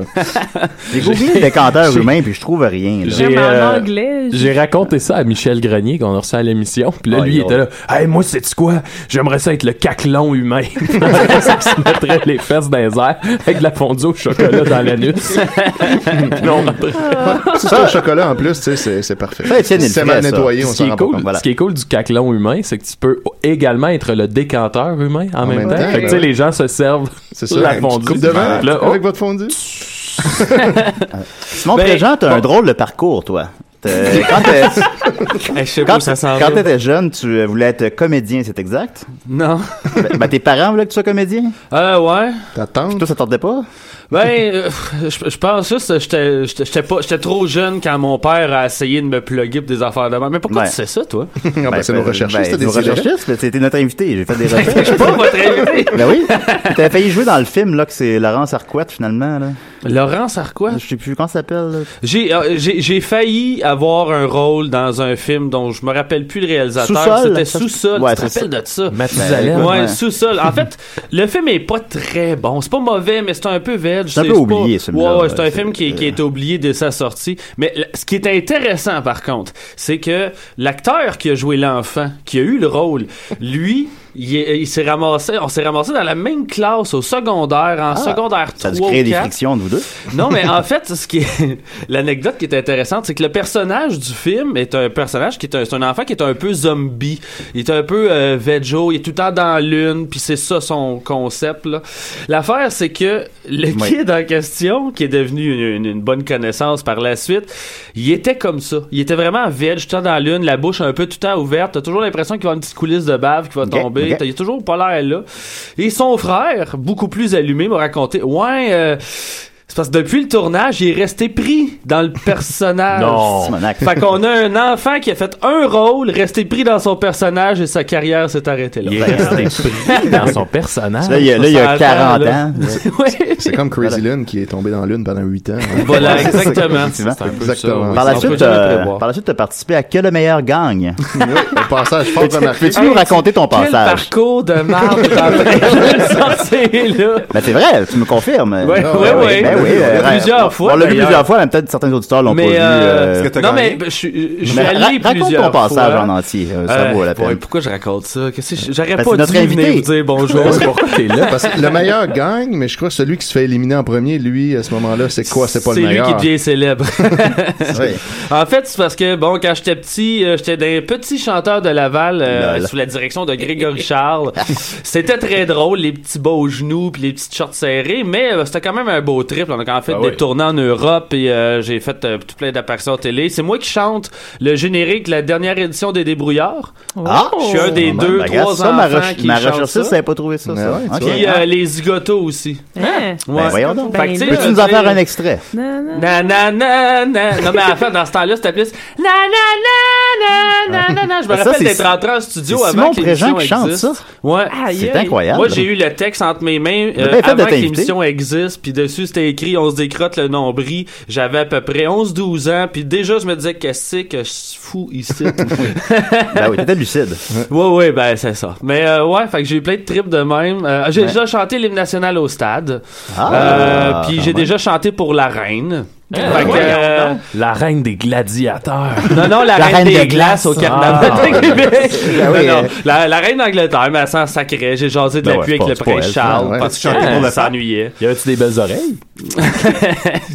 Speaker 5: J'ai googlé décanteur humain puis je trouve rien. là.
Speaker 8: J'ai-
Speaker 6: Même en
Speaker 8: euh,
Speaker 6: anglais. je-
Speaker 8: J'ai raconté ça à Michel Grenier qu'on a reçu à l'émission. Puis là,
Speaker 5: Ah,
Speaker 8: lui,
Speaker 5: il
Speaker 8: il était là. Hey, moi, c'est quoi? J'aimerais ça être le caclon humain. Ça se mettrait les fesses dans les airs avec de la fondue au chocolat dans l'anus. non,
Speaker 3: Si
Speaker 10: Ah.
Speaker 3: c'est un chocolat en plus, tu sais, c'est- c'est parfait.
Speaker 10: Ben,
Speaker 5: Ça, Étienne, il le
Speaker 3: c'est mal
Speaker 5: fait, ça.
Speaker 3: nettoyé, on
Speaker 8: ce qui,
Speaker 3: s'en
Speaker 8: est
Speaker 3: rend pas
Speaker 8: cool,
Speaker 3: compte.
Speaker 5: voilà.
Speaker 8: ce qui est cool du caclon humain, c'est que tu peux également être le décanteur humain en, même,
Speaker 3: même
Speaker 8: temps.
Speaker 3: temps,
Speaker 8: Fait que, tu sais,
Speaker 3: ouais.
Speaker 8: les gens se servent
Speaker 3: C'est ça, hein,
Speaker 8: la
Speaker 3: une petite
Speaker 8: fondue.
Speaker 3: coupe de vin
Speaker 8: Là, oh,
Speaker 3: avec votre fondue.
Speaker 5: Simon
Speaker 10: Ben,
Speaker 5: Préjean, t'as un drôle de parcours, toi. T'as- Quand t'es-
Speaker 10: Eh, je sais pas
Speaker 5: quand
Speaker 10: où ça s'en
Speaker 5: quand
Speaker 10: va.
Speaker 5: t'étais jeune, tu euh, voulais être comédien, c'est exact?
Speaker 10: Non.
Speaker 5: Ben, ben, tes parents voulaient que tu sois comédien?
Speaker 10: Euh, ouais.
Speaker 3: T'attends.
Speaker 5: Toi, ça t'ordait pas?
Speaker 10: Ben, euh, je je pense juste que j'étais- j'étais j'étais pas- j'étais trop jeune quand mon père a essayé de me plugger pour des affaires de même. Mais pourquoi
Speaker 5: Ouais.
Speaker 10: tu sais ça, toi?
Speaker 3: Ah, ben, c'est nos
Speaker 5: ben, ben,
Speaker 3: recherchistes, t'as
Speaker 5: nos
Speaker 3: décidé.
Speaker 5: recherchistes, ben, c'était notre invité, j'ai fait des recherches.
Speaker 10: Pas votre invité.
Speaker 5: ben oui, t'avais failli jouer dans le film, là, que c'est Laurence Arquette, finalement, là.
Speaker 10: Laurence Arquois?
Speaker 5: Je sais plus comment ça s'appelle, là.
Speaker 10: J'ai euh, j'ai j'ai failli avoir un rôle dans un film dont je me rappelle plus le réalisateur.
Speaker 5: Sous-sol?
Speaker 10: C'était
Speaker 5: Ça,
Speaker 10: Sous-sol.
Speaker 5: ouais,
Speaker 10: tu te
Speaker 5: c'est
Speaker 10: rappelles de ça?
Speaker 8: Mathusalem.
Speaker 5: Ben,
Speaker 10: Ouais,
Speaker 5: Ouais.
Speaker 10: sous-sol. En fait, le film est pas très bon. C'est pas mauvais, mais c'est un peu veg.
Speaker 5: C'est un peu
Speaker 10: pas-
Speaker 5: oublié, celui-là. Euh.
Speaker 10: Ouais, ouais, c'est un
Speaker 5: C'est-
Speaker 10: film qui, qui a été oublié dès sa sortie. Mais le- ce qui est intéressant, par contre, c'est que l'acteur qui a joué l'enfant, qui a eu le rôle, lui, il, est- il s'est ramassé, on s'est ramassé dans la même classe au secondaire, en secondaire 3
Speaker 5: Ah, Ça a dû créer
Speaker 10: ou
Speaker 5: des
Speaker 10: 4.
Speaker 5: frictions de vous deux.
Speaker 10: Non, mais en fait, ce qui est- l'anecdote qui est intéressante, c'est que le personnage du film est un personnage qui est un, c'est un enfant qui est un peu zombie. Il est un peu euh, vejo, il est tout le temps dans la l'une, puis c'est ça son concept. là. L'affaire, c'est que le
Speaker 5: Oui.
Speaker 10: kid en question, qui est devenu une, une- une bonne connaissance par la suite, il était comme ça. Il était vraiment veg, tout le temps dans la l'une, la bouche un peu tout le temps ouverte. T'as toujours l'impression qu'il va avoir une petite coulisse de bave qui va
Speaker 5: Ok,
Speaker 10: tomber.
Speaker 5: ok.
Speaker 10: T'as- il est toujours pas l'air là. Et son frère, beaucoup plus allumé, m'a raconté Ouais, euh, c'est parce que depuis le tournage, il est resté pris dans le personnage.
Speaker 8: Non.
Speaker 5: Simonac.
Speaker 10: Fait qu'on a un enfant qui a fait un rôle, resté pris dans son personnage et sa carrière s'est arrêtée là.
Speaker 8: il est resté pris dans son personnage.
Speaker 5: Là, il y a, là, il y a
Speaker 10: Ça, ça
Speaker 5: 40
Speaker 10: attend, là.
Speaker 5: ans.
Speaker 10: Ouais.
Speaker 3: C'est comme Crazy Lune qui est tombé dans la lune pendant 8 ans. hein.
Speaker 10: Voilà,
Speaker 5: C'est ça,
Speaker 10: exactement.
Speaker 5: effectivement.
Speaker 10: C'est un peu ça,
Speaker 3: Exactement.
Speaker 10: oui.
Speaker 5: Par la,
Speaker 10: On peut
Speaker 5: suite,
Speaker 10: jamais
Speaker 5: euh,
Speaker 10: prévoir.
Speaker 5: par la suite, t'as participé à Que le meilleur gagne.
Speaker 3: Un passage fort remarqué.
Speaker 5: Peux-tu nous raconter ton
Speaker 10: Quel
Speaker 5: passage?
Speaker 10: parcours de marbre dans le sortir, là.
Speaker 5: Ben, c'est vrai, tu me confirmes.
Speaker 10: Ouais,
Speaker 5: Ben
Speaker 10: ouais,
Speaker 5: oui,
Speaker 10: ouais.
Speaker 5: ben oui, euh,
Speaker 10: Plusieurs fois,
Speaker 5: On l'a vu
Speaker 10: d'ailleurs.
Speaker 5: plusieurs fois, mais peut-être certains auditeurs l'ont pas vu.
Speaker 10: Mais, euh,
Speaker 5: euh,
Speaker 9: que t'as
Speaker 10: non,
Speaker 9: gagné?
Speaker 10: mais je suis je suis
Speaker 5: mais ra-
Speaker 10: allé
Speaker 5: raconte ton
Speaker 10: plusieurs
Speaker 5: passage
Speaker 10: fois.
Speaker 5: en entier. euh,
Speaker 10: Euh,
Speaker 5: ça vaut la peine.
Speaker 10: ouais, pourquoi je raconte ça? Qu'est-ce que je- J'aurais
Speaker 5: Ben,
Speaker 10: pas
Speaker 5: c'est notre
Speaker 10: dû
Speaker 5: invité.
Speaker 10: venir vous dire bonjour.
Speaker 8: Pourquoi t'es
Speaker 5: euh,
Speaker 8: là?
Speaker 3: Parce que le meilleur gagne, mais je crois que celui qui se fait éliminer en premier, lui, à ce moment-là, c'est quoi? C'est pas le meilleur.
Speaker 10: lui qui devient célèbre.
Speaker 5: Oui.
Speaker 10: en fait, c'est parce que, bon, quand j'étais petit, euh, j'étais d'un petit chanteur de Laval euh,
Speaker 5: Lol.
Speaker 10: sous la direction de Grégory Charles. C'était très drôle, les petits beaux genoux puis les petites shorts serrées, mais euh, c'était quand même un beau trip. clips. On a quand même fait
Speaker 8: Ah
Speaker 10: des
Speaker 8: oui.
Speaker 10: tournées en Europe et euh, j'ai fait euh, tout plein d'apparitions télé. C'est moi qui chante le générique de la dernière édition des Débrouillards.
Speaker 5: Ah!
Speaker 10: Je suis un des
Speaker 5: Oh,
Speaker 10: deux,
Speaker 5: ben, regarde
Speaker 10: trois
Speaker 5: ça,
Speaker 10: enfants
Speaker 5: ma reche-
Speaker 10: qui
Speaker 5: ma
Speaker 10: chantent
Speaker 5: recherchiste,
Speaker 10: ça.
Speaker 5: elle avait pas hein, trouvé ça, ça. Ah, Ok.
Speaker 10: Puis euh, les zigotos aussi.
Speaker 6: Hein?
Speaker 5: Ben, voyons donc. Peux-tu nous en faire un extrait?
Speaker 10: Na na na na. Non mais en fait dans ce temps-là c'était plus na na na na na na na. Je me
Speaker 5: Ça,
Speaker 10: rappelle
Speaker 5: c'est-
Speaker 10: d'être rentré en studio
Speaker 5: c'est
Speaker 10: avant
Speaker 5: Simon
Speaker 10: que l'émission
Speaker 5: Préjean qui chante
Speaker 10: existe.
Speaker 5: ça?
Speaker 10: Ouais.
Speaker 5: Aïe, C'est aïe. incroyable.
Speaker 10: Moi j'ai eu le texte entre mes mains
Speaker 5: On a
Speaker 10: euh,
Speaker 5: bien fait de
Speaker 10: avant que
Speaker 5: t'inviter.
Speaker 10: l'émission existe puis dessus c'était écrit on se décrotte le nombril. J'avais à peu près 11-12 ans puis déjà je me disais qu'est-ce que c'est que je suis fou ici.
Speaker 5: Ben oui, t'étais lucide.
Speaker 10: Ouais, ouais, ben c'est ça. Mais euh, ouais, fait que j'ai eu plein de trips de même. Euh, j'ai
Speaker 5: Ouais.
Speaker 10: déjà chanté l'hymne national au stade.
Speaker 5: Ah,
Speaker 10: Euh, puis
Speaker 8: quand
Speaker 10: j'ai
Speaker 8: même.
Speaker 10: déjà chanté pour la reine.
Speaker 8: Ah,
Speaker 10: Fait que,
Speaker 8: voyons
Speaker 10: euh,
Speaker 8: La reine des gladiateurs.
Speaker 10: non, non, la, reine, des, glaces, au carnaval
Speaker 8: Ah.
Speaker 10: de Québec.
Speaker 8: Ben oui,
Speaker 10: Non, non,
Speaker 8: euh.
Speaker 10: la, la reine d'Angleterre, mais elle s'en sacrait. J'ai jasé de
Speaker 8: Ben
Speaker 10: la
Speaker 8: ouais,
Speaker 10: pluie
Speaker 8: c'est
Speaker 10: avec le
Speaker 8: pas- c'est pas
Speaker 10: prince
Speaker 8: elle,
Speaker 10: Charles.
Speaker 8: ouais.
Speaker 10: parce
Speaker 8: Tu chantais pour
Speaker 10: qu'elle
Speaker 8: la
Speaker 10: s'ennuyait.
Speaker 8: Y avait-tu des belles oreilles?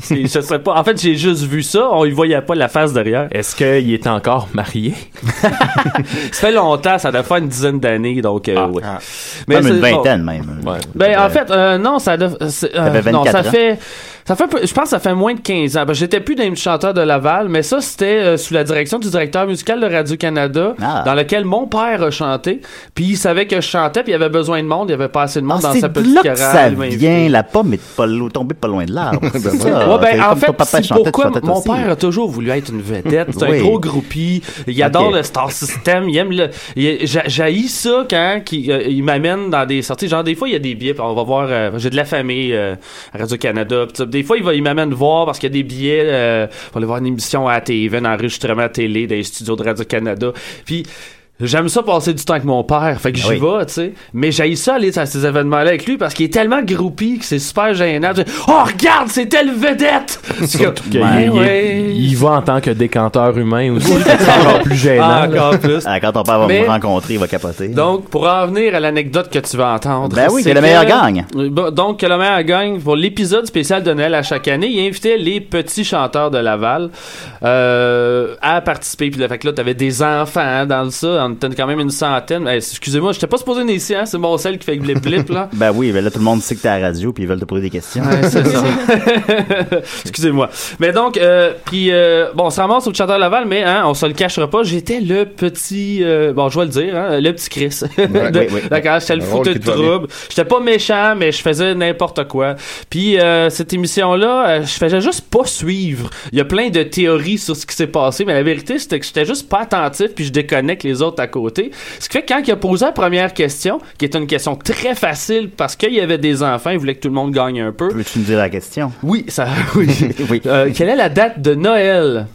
Speaker 10: C'est- je sais pas. En fait, j'ai juste vu ça. On y voyait pas la face derrière.
Speaker 8: Est-ce qu'il est encore marié?
Speaker 10: Ça fait longtemps, ça doit faire une dizaine d'années, donc
Speaker 8: Ah,
Speaker 10: euh, ouais.
Speaker 5: Comme une
Speaker 10: c'est-
Speaker 5: vingtaine, même.
Speaker 10: Ben, en fait, euh, non, ça, def- euh, c'est- euh,
Speaker 5: T'avais
Speaker 10: non,
Speaker 5: 24
Speaker 10: ça
Speaker 5: ans.
Speaker 10: fait. Ça fait un peu- je pense que ça fait moins de 15 ans. Parce que J'étais plus dans les chanteurs de Laval, mais ça, c'était euh, sous la direction du directeur musical de Radio-Canada,
Speaker 5: Ah.
Speaker 10: dans lequel mon père a chanté. Puis il savait que je chantais, puis il avait besoin de monde, il avait pas assez de monde dans
Speaker 5: Ah, c'est
Speaker 10: sa
Speaker 5: de
Speaker 10: petite
Speaker 5: là que
Speaker 10: chorale.
Speaker 5: ça
Speaker 10: il m'a invité.
Speaker 5: vient, la pomme est pas lo- tombée pas loin de l'arbre. Ah, c'est
Speaker 10: Ouais,
Speaker 5: ça. C'est
Speaker 10: ben, en
Speaker 5: comme ton
Speaker 10: fait,
Speaker 5: papa
Speaker 10: c'est
Speaker 5: chantait, tu
Speaker 10: pourquoi
Speaker 5: chantais
Speaker 10: mon
Speaker 5: aussi.
Speaker 10: père a toujours voulu être une vedette. C'est
Speaker 5: Oui.
Speaker 10: un gros groupie. Il adore
Speaker 5: Ok.
Speaker 10: le Star System. Il aime le. il- j'a- J'haïs ça quand il, euh, il m'amène dans des sorties. Genre, des fois, il y a des billets. puis on va voir. euh, J'ai de la famille euh, à Radio-Canada. puis tout ça. Des fois, il, va- il m'amène voir parce qu'il y a des billets euh, pour aller voir une émission à TV, un enregistrement à télé dans les studios de Radio-Canada. Puis. J'aime ça passer du temps avec mon père, fait que j'y
Speaker 5: Ah oui.
Speaker 10: vais, tu sais. Mais j'ai ça aller à ces événements-là avec lui parce qu'il est tellement groupie que c'est super gênant. Je- Oh, regarde, c'est telle vedette!
Speaker 8: Surtout qu'il
Speaker 10: Ouais,
Speaker 8: il-
Speaker 10: Ah ouais.
Speaker 8: il va en tant que décanteur humain aussi. c'est encore plus gênant.
Speaker 10: Ah, encore
Speaker 8: là.
Speaker 10: plus.
Speaker 5: Ah, quand ton père va
Speaker 10: Mais-
Speaker 5: me rencontrer, il va capoter.
Speaker 10: Donc, pour en venir à l'anecdote que tu vas entendre.
Speaker 5: Ben oui,
Speaker 10: c'est
Speaker 5: que le meilleur gagne.
Speaker 10: Bon, Donc, que le meilleur gagne. Pour l'épisode spécial de Noël à chaque année, il invitait les petits chanteurs de Laval euh, à participer. Puis là, fait que là, t'avais des enfants hein, dans ça. On était quand même une centaine. Eh, Excusez-moi, j'étais pas supposé venir ici, hein. C'est mon sel qui fait blip blip, là.
Speaker 5: Ben oui, ben là, tout le monde sait que t'es à la radio, puis ils veulent te poser des questions.
Speaker 10: Ouais, c'est ça. Excusez-moi. Mais donc, euh, puis euh, bon, on se ramasse au chanteur Laval, mais hein, on se le cachera pas. J'étais le petit, euh, bon, je vais le dire, hein, le petit Chris.
Speaker 5: Ouais,
Speaker 10: De-
Speaker 5: oui, oui.
Speaker 10: D'accord, j'étais le
Speaker 5: Un rôle
Speaker 10: foutu de
Speaker 5: qui te va bien.
Speaker 10: trouble. J'étais pas méchant, mais je faisais n'importe quoi. Puis euh, cette émission-là, euh, je faisais juste pas suivre. Il y a plein de théories sur ce qui s'est passé, mais la vérité, c'était que j'étais juste pas attentif, puis je déconnecte les autres à côté. Ce qui fait que quand il a posé la première question, qui était une question très facile parce qu'il y avait des enfants, il voulait que tout le monde gagne un peu.
Speaker 5: Peux-tu me dire la question?
Speaker 10: Oui, ça, oui. Euh, quelle est la date de Noël?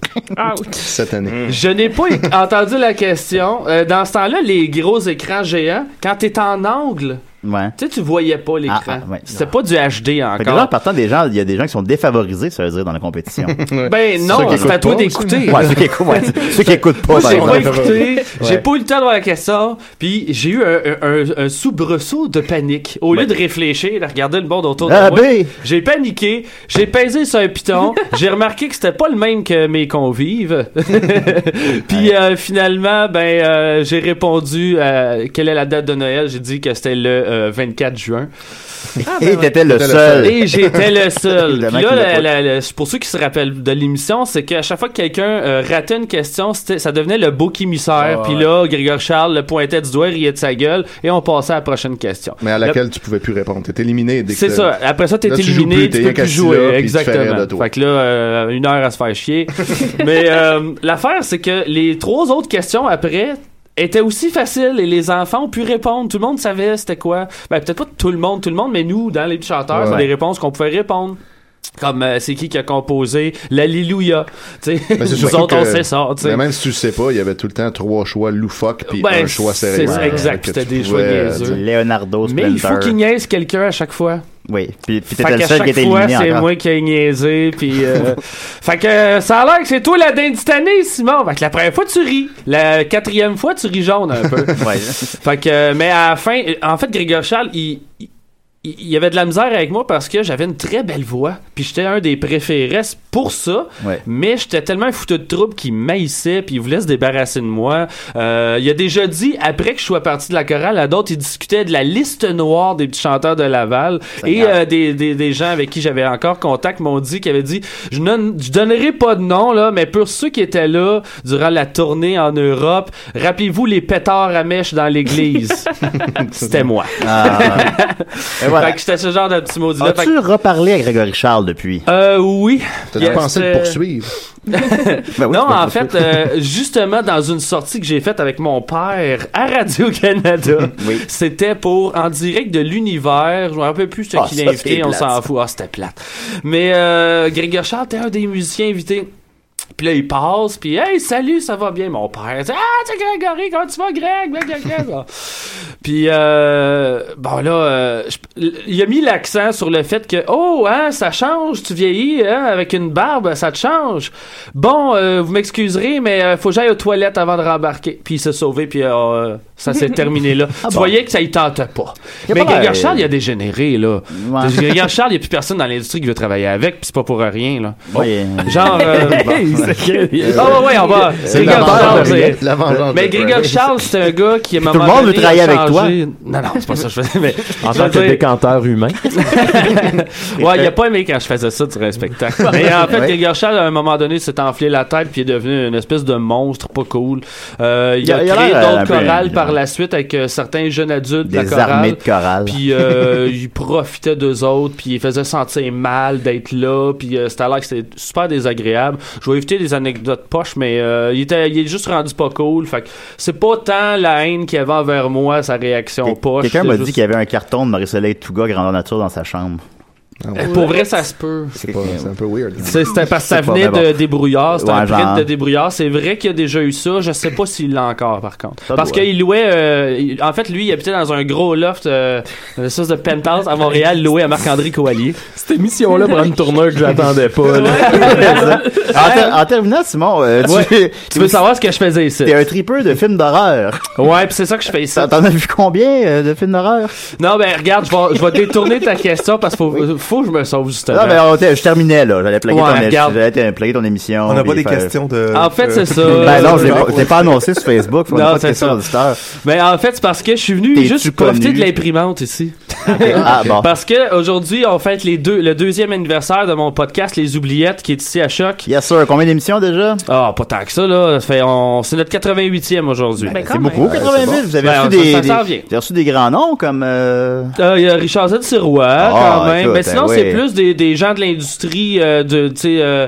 Speaker 3: Cette année.
Speaker 10: Je n'ai pas é- entendu la question. Euh, dans ce temps-là, les gros écrans géants, quand t'es en angle,
Speaker 5: Ouais.
Speaker 10: tu sais, tu voyais pas l'écran.
Speaker 5: ah, ouais.
Speaker 10: C'était pas du HD
Speaker 5: Fait que là, en
Speaker 10: encore.
Speaker 5: partant des gens, il y a des gens qui sont défavorisés, ça veut dire, dans la compétition.
Speaker 10: Ben non,
Speaker 5: Ceux qui
Speaker 10: c'est à
Speaker 5: écoutent
Speaker 10: toi
Speaker 5: pas,
Speaker 10: d'écouter.
Speaker 5: Ouais, ceux qui écoutent, ouais. Ceux qui écoutent pas,
Speaker 10: Moi,
Speaker 5: par
Speaker 10: j'ai pas
Speaker 5: exemple.
Speaker 10: écouté, j'ai
Speaker 5: Ouais.
Speaker 10: pas eu le temps de voir la question, puis j'ai eu un, un- un- un soubresaut de panique. Au lieu de réfléchir, de regarder le monde autour de
Speaker 5: Ah,
Speaker 10: moi,
Speaker 5: ben!
Speaker 10: j'ai paniqué, j'ai pesé sur un piton, j'ai remarqué que c'était pas le même que mes convives. puis euh, finalement, ben euh, j'ai répondu euh, quelle est la date de Noël, j'ai dit que c'était le euh, 24 juin.
Speaker 5: Et t'étais le seul.
Speaker 10: Et j'étais le seul.
Speaker 5: Évidemment
Speaker 10: Puis là,
Speaker 5: qu'il l'a
Speaker 10: la-
Speaker 5: pas-
Speaker 10: la- la- pour ceux qui se rappellent de l'émission, c'est qu'à chaque fois que quelqu'un euh, ratait une question, c'était- ça devenait le bouc émissaire.
Speaker 3: Ah,
Speaker 10: Puis
Speaker 3: ouais.
Speaker 10: là, Grégoire Charles le pointait du doigt, riait de sa gueule, et on passait à la prochaine question.
Speaker 3: Mais à laquelle tu pouvais plus répondre. T'es éliminé. dès que
Speaker 10: C'est
Speaker 3: t'as-
Speaker 10: ça. Après ça, t'es
Speaker 3: Là, tu joues
Speaker 10: éliminé,
Speaker 3: plus,
Speaker 10: tu
Speaker 3: t'es
Speaker 10: peux
Speaker 3: rien qu'à
Speaker 10: plus
Speaker 3: ci, là,
Speaker 10: jouer.
Speaker 3: puis tu te fais rire
Speaker 10: Exactement.
Speaker 3: de toi.
Speaker 10: Fait que là, euh, une heure à se faire chier. Mais euh, l'affaire, c'est que les trois autres questions après étaient aussi faciles et les enfants ont pu répondre. Tout le monde savait c'était quoi. Ben, peut-être pas tout le monde, tout le monde, mais nous, dans les petits chanteurs,
Speaker 3: Ouais.
Speaker 10: c'est des réponses qu'on pouvait répondre. Comme euh, c'est qui qui a composé l'Alléluia. Tu sais,
Speaker 3: Mais Ben, c'est
Speaker 10: nous
Speaker 3: surtout
Speaker 10: autres, on
Speaker 3: que-
Speaker 10: sait ça. tu sais.
Speaker 3: Mais même si tu le sais pas, il y avait tout le temps trois choix loufoques puis
Speaker 10: Ben,
Speaker 3: un choix
Speaker 10: c'est
Speaker 3: sérieux.
Speaker 10: ça,
Speaker 3: Ouais,
Speaker 10: exact,
Speaker 3: que
Speaker 10: c'était
Speaker 3: tu
Speaker 10: des choix
Speaker 3: pouvais, euh,
Speaker 10: niaiseux.
Speaker 3: dire.
Speaker 5: Leonardo
Speaker 10: Mais il faut
Speaker 5: Splinter.
Speaker 10: qu'il niaise quelqu'un à chaque fois.
Speaker 5: Oui, puis, puis
Speaker 10: Fait
Speaker 5: t'étais le
Speaker 10: qu'à
Speaker 5: seul qui
Speaker 10: chaque
Speaker 5: était
Speaker 10: fois,
Speaker 5: éliminé
Speaker 10: c'est
Speaker 5: encore.
Speaker 10: moi qui ai niaisé, puis... euh, fait que euh, ça a l'air que c'est toi la dinde cette année, Simon. Fait que la première fois, tu ris. La quatrième fois, tu ris jaune un peu.
Speaker 5: Ouais.
Speaker 10: fait que... euh, Mais à la fin... euh, En fait, Grégoire Charles, il... il- il il y avait de la misère avec moi parce que j'avais une très belle voix, puis j'étais un des préférés pour ça, mais j'étais tellement un foutu de trouble qu'il maïssait, puis il voulait se débarrasser de moi. Euh, il a déjà dit, après que je sois parti de la chorale, à d'autres, il discutait de la liste noire des petits chanteurs de Laval, et euh, des, des, des gens avec qui j'avais encore contact m'ont dit, qui avaient dit, je, non- je donnerai pas de nom, là, mais pour ceux qui étaient là durant la tournée en Europe, rappelez-vous les pétards à mèche dans l'église. C'était moi.
Speaker 5: Et voilà.
Speaker 10: Fait que j'étais ce genre de petit maudit-là. Fait
Speaker 5: As-tu reparlé à Grégory Charles depuis?
Speaker 3: Ah,
Speaker 10: Euh, oui.
Speaker 5: T'as-tu
Speaker 10: Yes,
Speaker 5: pensé le
Speaker 10: euh,
Speaker 5: poursuivre?
Speaker 3: Ben
Speaker 10: non, en fait, euh, justement, dans une sortie que j'ai faite avec mon père à Radio-Canada, c'était pour En direct de l'univers. Je me rappelle plus ce
Speaker 4: Ah,
Speaker 10: qui
Speaker 4: ça,
Speaker 10: l'a invité,
Speaker 4: c'est
Speaker 10: on
Speaker 4: plate,
Speaker 10: s'en
Speaker 4: ça.
Speaker 10: fout. Ah, c'était plate. Mais euh, Grégoire Charles, t'es un des musiciens invités. Puis là, il passe, puis hey, salut, ça va bien, mon père. Il dit, Ah, c'est Grégory, comment tu vas, Greg? Greg, Greg, Greg. Ah. Puis, euh, bon, là, euh, je- il a mis l'accent sur le fait que, oh, hein, ça change, tu vieillis, hein, avec une barbe, ça te change. Bon, euh, vous m'excuserez, mais euh, faut que j'aille aux toilettes avant de rembarquer. Puis il s'est sauvé, puis euh, ça s'est terminé là.
Speaker 5: Ah
Speaker 10: tu
Speaker 5: bon?
Speaker 10: voyais que ça y tentait pas.
Speaker 5: Il a
Speaker 10: Mais
Speaker 5: pas l'air-
Speaker 10: Grégoire Charles, il a dégénéré, là.
Speaker 5: Ouais.
Speaker 10: Parce que Grégoire Charles, il n'y a plus personne dans l'industrie qui veut travailler avec, puis c'est pas pour rien, là.
Speaker 5: Ouais,
Speaker 10: Bon.
Speaker 5: euh,
Speaker 10: Genre. euh,
Speaker 5: Bon.
Speaker 10: ah ouais, ouais, on va.
Speaker 5: C'est
Speaker 10: Grégoire
Speaker 5: la vengeance
Speaker 10: Charles,
Speaker 5: de
Speaker 10: c'est-
Speaker 5: Rick, la vengeance
Speaker 10: Mais
Speaker 5: de
Speaker 10: Grégoire
Speaker 5: Rick.
Speaker 10: Charles, c'est un gars qui est
Speaker 5: Tout le monde veut travailler avec
Speaker 10: Non, non, c'est pas ça que je faisais. Mais
Speaker 8: En
Speaker 10: je veux
Speaker 8: tant que
Speaker 10: dire-
Speaker 8: décanteur humain.
Speaker 10: Ouais, il a pas aimé quand je faisais ça sur un spectacle. Mais en fait,
Speaker 8: Ouais.
Speaker 10: Grégoire Charles, à un moment donné, s'est enflé la tête puis est devenu une espèce de monstre pas cool. Euh, il,
Speaker 5: Il
Speaker 10: a,
Speaker 5: a- il a
Speaker 10: créé
Speaker 5: l'air, euh, un
Speaker 10: d'autres
Speaker 5: peu
Speaker 10: chorales
Speaker 5: intelligent.
Speaker 10: par la suite avec euh, certains jeunes adultes de la
Speaker 5: Des
Speaker 10: chorale.
Speaker 5: armées de chorales.
Speaker 10: Puis euh, il profitait d'eux autres, puis il faisait sentir mal d'être là, puis euh, c'était là que c'était super désagréable. Je vais éviter les anecdotes poches, mais euh, il, était, il est juste rendu pas cool. Fait que c'est pas tant la haine qu'il avait envers moi, sa réaction poche.
Speaker 5: Quelqu'un
Speaker 10: c'est
Speaker 5: m'a dit
Speaker 10: juste-
Speaker 5: qu'il y avait un carton de Marie-Soleil Touga Grandeur Nature dans sa chambre.
Speaker 10: Eh, Pour vrai, ça se peut.
Speaker 5: C'est pas- c'est un peu weird.
Speaker 10: C'est- C'était parce que ça
Speaker 5: C'est pas,
Speaker 10: venait
Speaker 5: mais bon.
Speaker 10: de débrouillard, c'était un
Speaker 5: Ouais, genre.
Speaker 10: print de débrouillard. C'est vrai qu'il a déjà eu ça, je sais pas s'il l'a encore par contre.
Speaker 5: Ça
Speaker 10: parce
Speaker 5: doit.
Speaker 10: qu'il louait, euh, il- en fait lui il habitait dans un gros loft, euh, une espèce de penthouse à Montréal loué à Marc-André Coallier.
Speaker 8: Cette émission-là prend une tournure que j'attendais pas. là.
Speaker 5: En, ter- en terminant, Simon, euh, tu,
Speaker 10: Ouais.
Speaker 5: tu
Speaker 10: Tu veux savoir ce que je faisais ici?
Speaker 5: T'es un tripeur de films d'horreur.
Speaker 10: Ouais, pis c'est ça que je fais ici.
Speaker 5: T'en as vu combien euh, de films d'horreur?
Speaker 10: Non ben regarde, je vais, je vais détourner ta question parce qu'il faut, faut que je me sauve justement.
Speaker 5: Non, ben, mais on était- Ah, je terminais, là. J'allais plaguer,
Speaker 10: Ouais,
Speaker 5: ton,
Speaker 10: regarde.
Speaker 5: j'allais te- plaguer ton émission.
Speaker 9: On n'a
Speaker 5: puis
Speaker 9: pas des
Speaker 5: faire-
Speaker 9: questions de.
Speaker 10: En fait, c'est ça.
Speaker 5: Ben non, je l'ai pas- je l'ai pas annoncé sur Facebook. faut
Speaker 10: euh, Non,
Speaker 5: pas de
Speaker 10: c'est
Speaker 5: questions
Speaker 10: ça.
Speaker 5: d'auditeurs.
Speaker 10: Mais Ben, en fait, c'est parce que je suis venu
Speaker 5: T'es-tu
Speaker 10: juste profiter
Speaker 5: connu?
Speaker 10: de l'imprimante ici.
Speaker 5: Ah, bon.
Speaker 10: Parce que aujourd'hui, on fête les deux, le deuxième anniversaire de mon podcast Les Oubliettes qui est ici à Choc.
Speaker 5: Yes, sir. Combien d'émissions déjà?
Speaker 10: Ah, pas tant que ça, là. Ça fait- on- c'est notre 88e aujourd'hui.
Speaker 5: Ben, c'est beaucoup, 80 000. Vous avez
Speaker 10: Ben,
Speaker 5: reçu
Speaker 10: ça-
Speaker 5: des,
Speaker 10: ça
Speaker 5: des-
Speaker 10: s'en vient.
Speaker 5: vous avez reçu des grands noms comme. euh,
Speaker 10: Euh, Il y a Richard Z. Sirois,
Speaker 5: Ah,
Speaker 10: quand même.
Speaker 5: écoute,
Speaker 10: Mais sinon,
Speaker 5: hein,
Speaker 10: c'est
Speaker 5: oui.
Speaker 10: plus des, des gens de l'industrie, euh, de, tu sais, euh,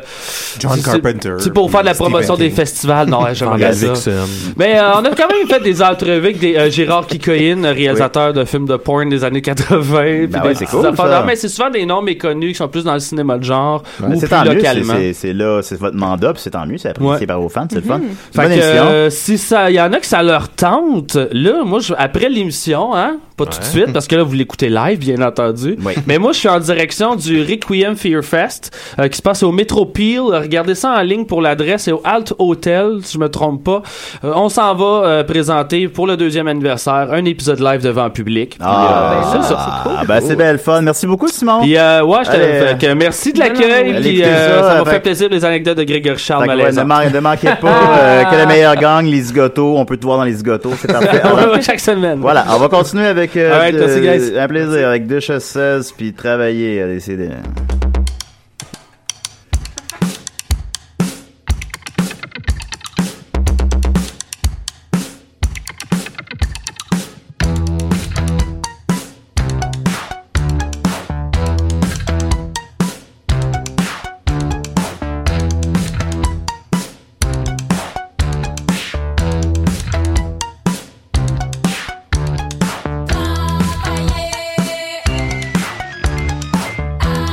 Speaker 9: John
Speaker 10: c'est-
Speaker 9: Carpenter,
Speaker 10: C'est pour faire de la
Speaker 9: Stephen
Speaker 10: promotion
Speaker 9: King.
Speaker 10: des festivals. Non, je
Speaker 9: Van
Speaker 10: regarde ça.
Speaker 9: Gaalvixen.
Speaker 10: Mais euh, on a quand même fait des entrevues avec des, euh, Gérard Kikoïn, réalisateur de films de porn des années 80. puis
Speaker 5: Ben
Speaker 10: des
Speaker 5: ouais, c'est
Speaker 10: petites
Speaker 5: cool,
Speaker 10: affaires.
Speaker 5: ça.
Speaker 10: Non, mais c'est souvent des noms méconnus qui sont plus dans le cinéma de genre
Speaker 5: ben,
Speaker 10: ou
Speaker 5: c'est
Speaker 10: plus
Speaker 5: tant mieux, c'est-
Speaker 10: localement.
Speaker 5: c'est- c'est là, c'est votre mandat, puis c'est tant mieux, c'est apprécié par vos fans, c'est le fun. C'est
Speaker 10: Fait
Speaker 5: une bonne
Speaker 10: que,
Speaker 5: émission.
Speaker 10: euh, si ça, il y en a que ça leur tente, là, moi, je- après l'émission, hein, pas tout de suite, parce que là, vous l'écoutez live, bien entendu. Mais moi, je suis en direction du Requiem Fear Fest, euh, qui se passe au Metropile. Regardez ça en ligne pour l'adresse, c'est au Alt Hotel, si je me trompe pas. Euh, on s'en va euh, présenter pour le deuxième anniversaire un épisode live devant un public.
Speaker 5: Ah,
Speaker 10: Puis, euh, c'est ça.
Speaker 5: Ah, ben, c'est belle fun. Merci beaucoup,
Speaker 6: Oh.
Speaker 5: Simon.
Speaker 10: Puis, euh, ouais, je te-
Speaker 5: Allez.
Speaker 10: fait que merci de
Speaker 5: Non, non,
Speaker 10: l'accueil.
Speaker 5: allez
Speaker 10: puis,
Speaker 5: écouter
Speaker 10: euh,
Speaker 5: ça,
Speaker 10: ça m'a
Speaker 5: fait
Speaker 10: fait
Speaker 5: que-
Speaker 10: plaisir les anecdotes de Grégory Charles
Speaker 5: Fait que, ouais, ne,
Speaker 10: Malaisant.
Speaker 5: mar- ne manquez pas euh, que le meilleur gang, les zigotos. On peut te voir dans les zigotos, c'est parfait.
Speaker 10: Ouais, ouais, Chaque semaine.
Speaker 5: Voilà, on va continuer avec euh,
Speaker 10: Alright,
Speaker 5: de-
Speaker 10: merci, guys.
Speaker 5: un plaisir avec 2 choses 16 puis travailler à décider.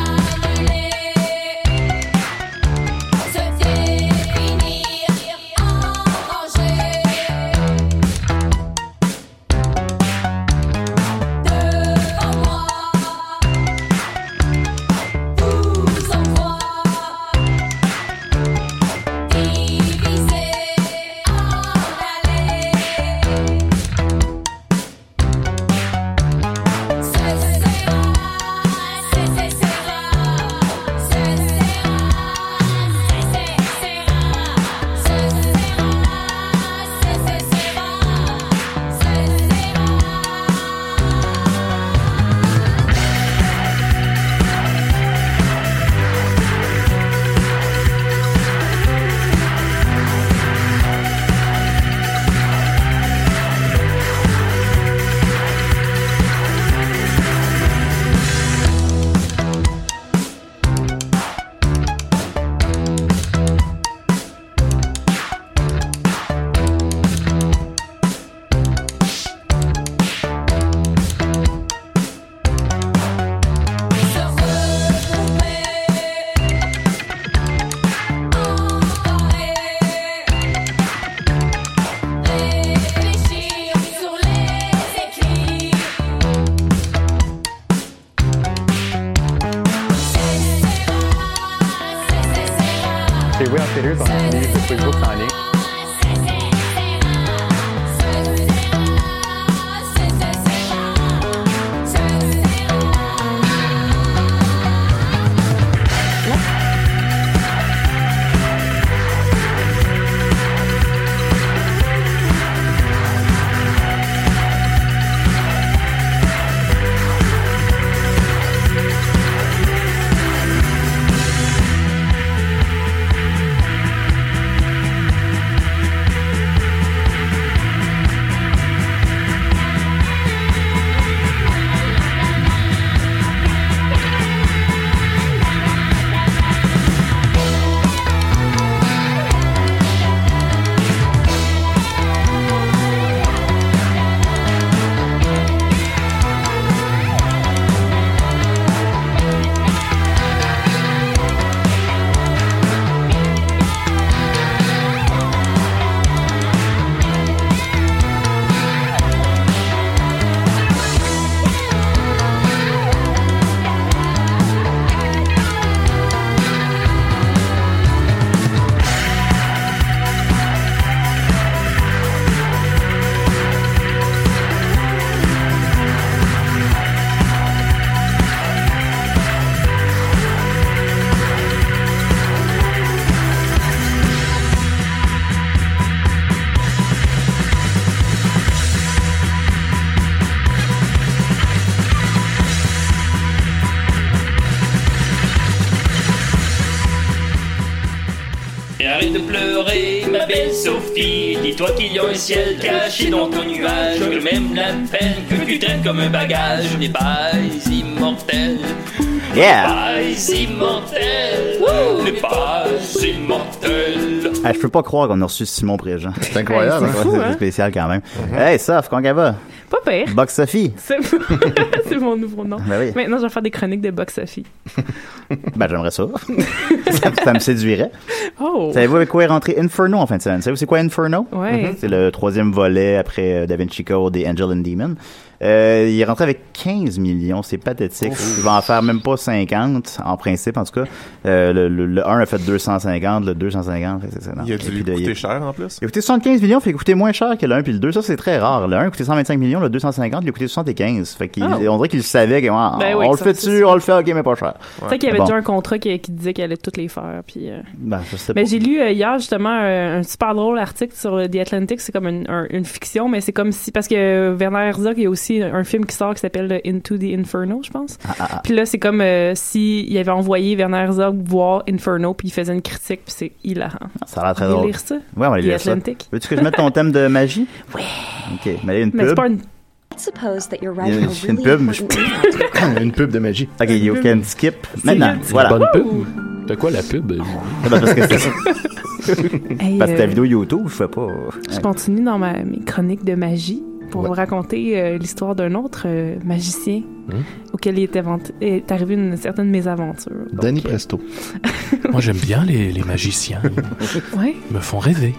Speaker 4: Travailler,
Speaker 11: sérieux dans mon livre, vous pouvez le voir en ligne.
Speaker 4: Et arrête de pleurer, ma belle Sophie. Dis-toi qu'il y a un ciel caché dans ton nuage. Que même la peine que tu traînes comme un bagage. Des bails immortels.
Speaker 5: Yeah!
Speaker 4: Les bails immortels. Les bails immortels.
Speaker 5: Ah, je peux pas croire qu'on a reçu Simon Préjean. C'est
Speaker 6: incroyable, C'est hein? fou, hein? Mhm.
Speaker 5: spécial quand même. Hey, Saf, comment ça va?
Speaker 6: Pas pire.
Speaker 5: Box Sophie.
Speaker 6: C'est c'est mon nouveau nom.
Speaker 5: Ben oui.
Speaker 6: Maintenant, je vais faire des chroniques de box Sophie.
Speaker 5: Ben, j'aimerais ça. ça. ça me séduirait.
Speaker 6: Oh!
Speaker 5: Savez-vous avec quoi est rentré Inferno en fin de semaine? Savez-vous c'est quoi Inferno?
Speaker 6: Ouais.
Speaker 5: Mhm. C'est le troisième volet après euh, Da Vinci Code et Angel and Demon. Euh, il est rentré avec 15 millions, c'est pathétique.
Speaker 12: Ouf.
Speaker 5: Il va en faire même pas 50, en principe, en tout cas. Euh, le, le- le 1 a fait 250, le 250, fait que c'est énorme.
Speaker 9: Il a
Speaker 5: Et
Speaker 9: dû
Speaker 5: puis de-
Speaker 9: coûter cher en plus.
Speaker 5: il a coûté 75 millions, fait qu'il a coûté moins cher que le 1 puis le 2. Ça, c'est très rare. Le 1 a coûté 125 millions, le 250, il a coûté 75. Fait qu'il,
Speaker 6: Oh.
Speaker 5: on dirait qu'il savait que, ah,
Speaker 6: Ben
Speaker 5: on,
Speaker 6: oui,
Speaker 5: le
Speaker 6: ça,
Speaker 5: fait
Speaker 6: c'est
Speaker 5: dessus, on le fait, ok, mais pas cher.
Speaker 6: Tu sais qu'il y avait
Speaker 5: Bon.
Speaker 6: déjà un contrat qui, qui disait qu'elle allait toutes les faire. Puis, euh,
Speaker 5: Ben, je sais
Speaker 6: Mais
Speaker 5: pas.
Speaker 6: j'ai lu euh, hier justement un, un super drôle article sur euh, The Atlantic. C'est comme une, un- une fiction, mais c'est comme si parce que euh, Werner Herzog, il y a aussi un film qui sort qui s'appelle euh, Into the Inferno, je pense.
Speaker 5: Ah,
Speaker 6: Puis là, c'est comme euh, si il avait envoyé Werner Herzog voir Inferno, puis il faisait une critique, puis c'est hilarant.
Speaker 5: Ah, Ça a l'air très
Speaker 6: On va
Speaker 5: drôle.
Speaker 6: lire ça?
Speaker 5: Ouais, on va aller
Speaker 6: The
Speaker 5: lire ça.
Speaker 6: Atlantic.
Speaker 5: Veux-tu que je mette ton thème de magie? Ouais. Ok, mais il y a une
Speaker 6: Mais c'est
Speaker 5: pub.
Speaker 6: pas une.
Speaker 13: Suppose that you're
Speaker 5: Il y a
Speaker 13: writing a
Speaker 5: une, une
Speaker 13: really
Speaker 5: pub, mais je-
Speaker 13: important email.
Speaker 5: une pub de magie. Ok, you can skip.
Speaker 8: C'est
Speaker 5: Maintenant,
Speaker 8: une
Speaker 5: voilà.
Speaker 8: bonne pub. De quoi la pub? euh?
Speaker 5: Ah, ben, parce que c'est-
Speaker 6: Hey,
Speaker 5: Parce que ta
Speaker 6: euh,
Speaker 5: vidéo YouTube, je fais pas.
Speaker 6: Je continue dans ma, mes chroniques de magie pour
Speaker 5: Ouais.
Speaker 6: vous raconter euh, l'histoire d'un autre euh, magicien
Speaker 5: Hein?
Speaker 6: auquel il est, invent- est arrivé une certaine mésaventure.
Speaker 3: Danny Presto.
Speaker 8: Moi, j'aime bien les, les magiciens.
Speaker 6: euh, Ouais.
Speaker 8: Ils me font rêver.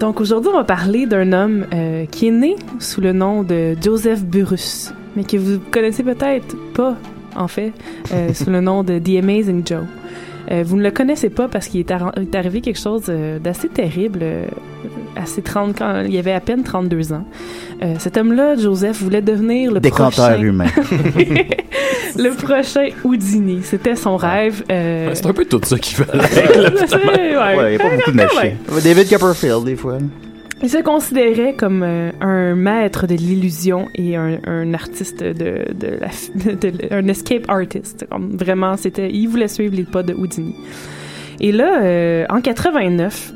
Speaker 6: Donc aujourd'hui, on va parler d'un homme euh, qui est né sous le nom de Joseph Burrus, mais que vous connaissez peut-être pas, en fait, euh, sous le nom de The Amazing Joe. Euh, vous ne le connaissez pas parce qu'il est, arri- est arrivé quelque chose euh, d'assez terrible euh, à ses 30 quand il avait à peine 32 ans. Euh, cet homme-là, Joseph, voulait devenir le
Speaker 5: Décompteur
Speaker 6: prochain
Speaker 5: humain.
Speaker 6: le prochain Houdini. C'était son rêve. euh,
Speaker 8: C'est un peu tout ça qui va avec, là, finalement.
Speaker 5: Ouais, il n'y a pas beaucoup de
Speaker 6: Ouais.
Speaker 5: magie. David Copperfield, des fois.
Speaker 6: Il se considérait comme euh, un maître de l'illusion et un, un artiste de, de la, f- de l- un escape artist. Comme vraiment, c'était, il voulait suivre les pas de Houdini. Et là, euh, en 89,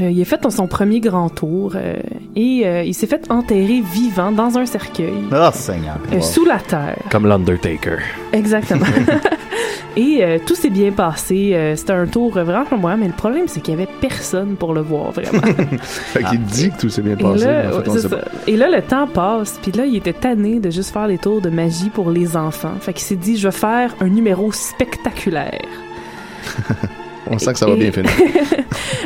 Speaker 6: euh, il a fait son premier grand tour euh, et euh, il s'est fait enterrer vivant dans un cercueil
Speaker 5: Oh, Seigneur.
Speaker 6: euh, sous la terre.
Speaker 8: Comme l'Undertaker.
Speaker 6: Exactement. Et euh, tout s'est bien passé. Euh, C'était un tour euh, vraiment moi, mais le problème, c'est qu'il y avait personne pour le voir, vraiment.
Speaker 3: Fait qu'il
Speaker 5: Ah.
Speaker 3: dit que tout s'est bien
Speaker 6: Et
Speaker 3: passé.
Speaker 6: là,
Speaker 3: mais en fait, on
Speaker 6: c'est
Speaker 3: sait
Speaker 6: ça.
Speaker 3: pas.
Speaker 6: Et là, le temps passe, puis là, il était tanné de juste faire des tours de magie pour les enfants. Fait qu'il s'est dit, je vais faire un numéro spectaculaire.
Speaker 3: On sent que ça va
Speaker 6: Et-
Speaker 3: bien finir.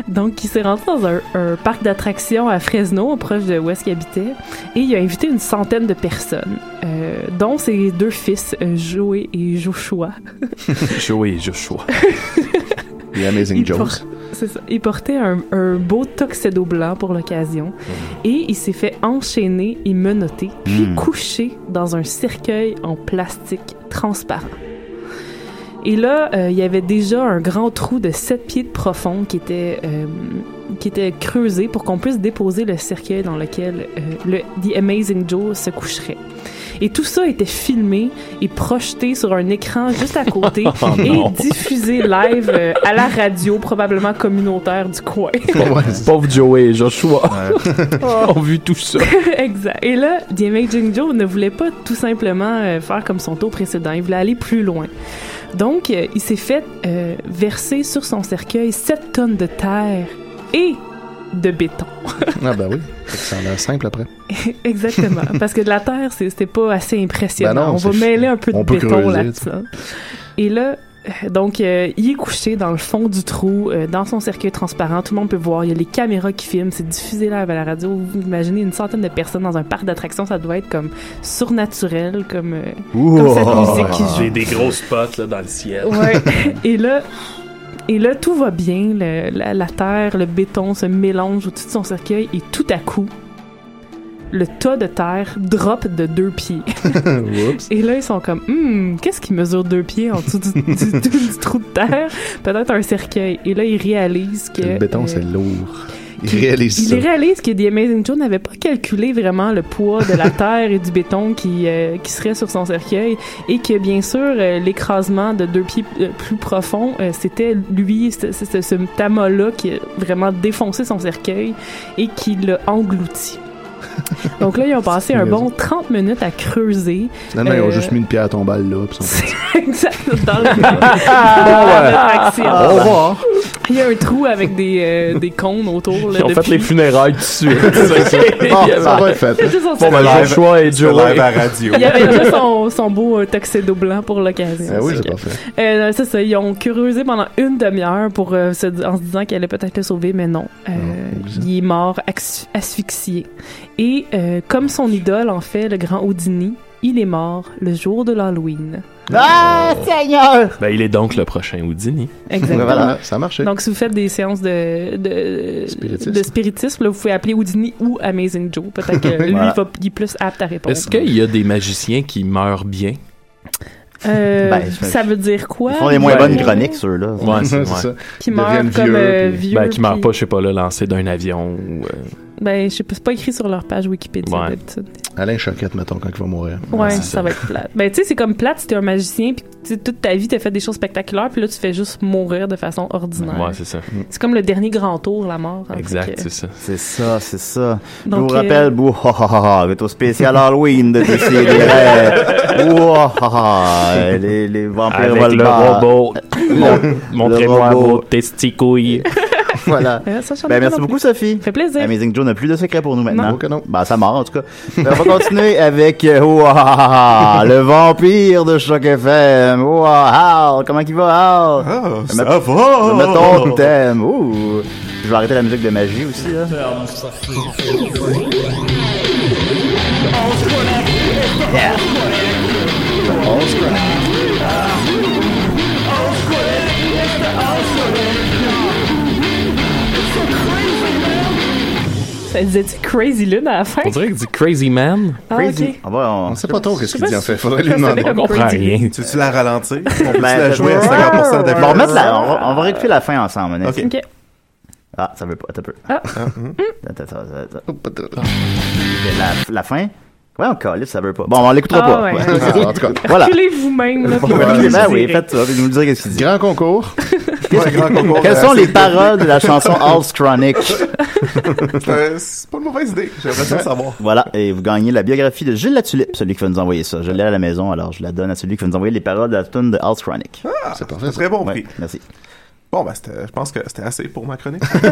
Speaker 6: Donc, il s'est rentré dans un, un parc d'attractions à Fresno, proche de où est-ce qu'il habitait, et il a invité une centaine de personnes, euh, dont ses deux fils, euh, Joey et Joshua.
Speaker 8: Joey et Joshua.
Speaker 3: The Amazing
Speaker 6: Il
Speaker 3: Joe.
Speaker 6: por- c'est ça. Il portait un, un beau tuxedo blanc pour l'occasion et il s'est fait enchaîner et menotter, puis
Speaker 12: Mm.
Speaker 6: coucher dans un cercueil en plastique transparent. Et là, euh, il y avait déjà un grand trou de 7 pieds de profond qui était, euh, qui était creusé pour qu'on puisse déposer le cercueil dans lequel euh, le, The Amazing Joe se coucherait. Et tout ça était filmé et projeté sur un écran juste à côté
Speaker 12: Oh non.
Speaker 6: et diffusé live euh, à la radio, probablement communautaire du coin.
Speaker 8: Pauvre Joey et Joshua ont vu tout ça.
Speaker 6: exact. Et là, The Amazing Joe ne voulait pas tout simplement euh, faire comme son tour précédent. Il voulait aller plus loin. Donc, euh, il s'est fait euh, verser sur son cercueil 7 tonnes de terre et de béton.
Speaker 3: Ah ben oui, ça a l'air simple après.
Speaker 6: Exactement. Parce que de la terre, c'est- c'était pas assez impressionnant.
Speaker 3: Ben non,
Speaker 6: on va
Speaker 3: c'est-
Speaker 6: mêler un peu de
Speaker 3: on peut
Speaker 6: béton
Speaker 3: creuser,
Speaker 6: là-dedans. Et là, euh, donc, euh, il est couché dans le fond du trou, euh, dans son cercueil transparent. Tout le monde peut voir. Il y a les caméras qui filment. C'est diffusé live à la radio. Vous imaginez une centaine de personnes dans un parc d'attractions. Ça doit être comme surnaturel, comme, euh, comme cette
Speaker 3: Oh
Speaker 6: musique qui joue.
Speaker 8: J'ai des gros spots là, dans le ciel.
Speaker 6: Ouais. Et là, et là, tout va bien. Le- la, la terre, le béton se mélange au-dessus de son cercueil et tout à coup, le tas de terre drop de deux pieds. et là, ils sont comme, Hmm, qu'est-ce qui mesure deux pieds en dessous du, du- du- du trou de terre? Peut-être un cercueil. Et là, ils réalisent que...
Speaker 3: Le béton,
Speaker 6: euh,
Speaker 3: c'est lourd. Il
Speaker 6: qu'il-
Speaker 3: réalise
Speaker 6: il
Speaker 3: ça.
Speaker 6: réalise que The Amazing Joe n'avait pas calculé vraiment le poids de la terre et du béton qui, euh, qui serait sur son cercueil et que bien sûr euh, l'écrasement de deux pieds euh, plus profond euh, c'était lui c- c- c- ce tamas là qui a vraiment défoncé son cercueil et qui l'a englouti. Donc là ils ont passé un bon 30 minutes à creuser.
Speaker 3: Finalement, ils ont
Speaker 6: Euh,
Speaker 3: juste mis une pierre tombale là. Puis ils sont partis.
Speaker 6: Exact, dans le
Speaker 8: Ah ouais.
Speaker 6: dans
Speaker 8: Au
Speaker 6: l'attraction.
Speaker 8: revoir.
Speaker 6: Il y a un trou avec des, euh, des cônes autour. là,
Speaker 8: Ils ont fait
Speaker 6: depuis-
Speaker 8: les funérailles tout de suite.
Speaker 3: Ah,
Speaker 6: Bon,
Speaker 3: Oh,
Speaker 6: ça va être fait.
Speaker 8: Bon,
Speaker 6: C'est juste
Speaker 8: ben,
Speaker 6: ça.
Speaker 8: Joshua et
Speaker 9: Tu
Speaker 8: Joey.
Speaker 9: fais live à radio.
Speaker 6: Il y avait déjà son, son beau euh, tuxedo blanc pour l'occasion.
Speaker 8: Ben
Speaker 3: Ah oui,
Speaker 6: Donc,
Speaker 3: c'est parfait.
Speaker 6: euh, c'est ça, ils ont curiosé pendant une demi-heure pour, euh, se di- en se disant qu'elle allait peut-être le sauver, mais non. Euh, il est mort ax- asphyxié. Et euh, comme son idole, en fait, le grand Houdini, il est mort le jour de l'Halloween.
Speaker 5: Ah, Seigneur!
Speaker 8: Ben, il est donc le prochain Houdini.
Speaker 6: Exactement.
Speaker 3: Voilà, ça a marché.
Speaker 6: Donc, si vous faites des séances de, de,
Speaker 3: Spiritisme.
Speaker 6: de spiritisme, là, vous pouvez appeler Houdini ou Amazing Joe. Peut-être que lui,
Speaker 8: Voilà.
Speaker 6: il, va- il est plus apte à répondre.
Speaker 8: Est-ce qu'il y a des magiciens qui meurent bien?
Speaker 6: Euh,
Speaker 8: Ben, je-
Speaker 6: ça veut dire quoi?
Speaker 8: Ils font les moins
Speaker 6: Ouais.
Speaker 8: bonnes chroniques,
Speaker 5: ceux-là.
Speaker 8: Ouais, c'est
Speaker 6: C'est
Speaker 8: ouais.
Speaker 6: ça. Qui Ils meurent deviennent comme, vieux, euh, puis- vieux,
Speaker 8: Ben, qui meurent
Speaker 6: puis-
Speaker 8: pas, je sais pas, là, lancé d'un avion ou. euh,
Speaker 6: Ben, je sais pas, c'est pas écrit sur leur page Wikipédia
Speaker 8: Ouais.
Speaker 6: d'habitude.
Speaker 3: Alain Choquette, mettons, quand il va mourir.
Speaker 6: Ouais, ça, va être plate. Ben, tu sais, c'est comme plate si t'es un magicien, puis tu sais, toute ta vie, t'as fait des choses spectaculaires, puis là, tu fais juste mourir de façon ordinaire.
Speaker 8: Ouais, c'est ça.
Speaker 6: C'est comme le dernier grand tour, la mort. hein, fait que-
Speaker 8: ça.
Speaker 5: C'est ça, c'est ça. Je
Speaker 6: Donc,
Speaker 5: vous
Speaker 6: euh,
Speaker 5: rappelle, bouh, ha, ha, ha, ha, au spécial Halloween de Décideret. Bouh, ha, ha, ha, euh, les, les vampires
Speaker 8: Avec le
Speaker 5: voleurs.
Speaker 8: robot. Mon-
Speaker 5: Le-
Speaker 8: Montrez-moi
Speaker 5: le robot.
Speaker 8: vos testicouilles.
Speaker 5: voilà.
Speaker 6: Euh, ça, j'en ai
Speaker 5: Ben,
Speaker 6: pas
Speaker 5: merci
Speaker 6: non
Speaker 5: beaucoup, Sophie.
Speaker 6: Fait plaisir.
Speaker 5: Amazing Joe n'a plus de secret pour nous maintenant.
Speaker 6: Non.
Speaker 5: Ben, ça mord, en tout cas. Ben, on va continuer avec euh, oh, ah, ah, ah, le vampire de Choc FM. Oh, ah, ah, comment il va, Al?
Speaker 9: ça
Speaker 5: Met-
Speaker 9: va.
Speaker 5: Mettons le thème. Ouh. Je vais arrêter la musique de magie aussi, là.
Speaker 6: Ça disait-tu Crazy Lune à la fin?
Speaker 8: On dirait qu'il dit Crazy Man.
Speaker 6: Ah, Crazy. ok.
Speaker 5: on...
Speaker 3: sait pas trop
Speaker 6: Je sais
Speaker 3: qu'est-ce qu'il dit
Speaker 6: pas
Speaker 3: en fait.
Speaker 6: si-
Speaker 3: Faudrait lui
Speaker 6: ça sonnait
Speaker 3: demander.
Speaker 6: comme On comprend Crazy. rien.
Speaker 5: Tu veux la ralentir? On
Speaker 9: peut-tu la jouer à 50% de
Speaker 5: on, va remettre la- on, va- on va rectifier la fin ensemble. Annette.
Speaker 6: Ok.
Speaker 5: Ah, ça veut pas. T'as peu.
Speaker 6: Ah.
Speaker 5: Attends, attends, attends, attends. Mais La, la fin? Ouais, on calisse, ça veut pas. Bon, on l'écoutera
Speaker 6: Ah,
Speaker 5: pas.
Speaker 6: ouais.
Speaker 5: en tout cas, voilà.
Speaker 6: Reculez vous-même, là, puis
Speaker 5: Bon,
Speaker 9: Ah,
Speaker 6: vous
Speaker 5: ben oui,
Speaker 6: direz.
Speaker 5: faites ça, puis nous le dire qu'est-ce qu'il dit.
Speaker 3: Grand concours.
Speaker 5: Quelles sont les paroles de la chanson All's Chronic?
Speaker 9: Euh, C'est pas une mauvaise idée. J'aimerais ça savoir.
Speaker 5: Voilà, et vous gagnez la biographie de Gilles Latulippe, celui qui va nous envoyer ça. Je l'ai à la maison, alors je la donne à celui qui va nous envoyer les paroles de la tune de All's Chronic.
Speaker 9: Ah, c'est parfait. Très bon
Speaker 5: Ouais,
Speaker 9: prix.
Speaker 5: Merci.
Speaker 9: Bon, ben, c'était- je pense que c'était assez pour ma chronique.
Speaker 3: C'est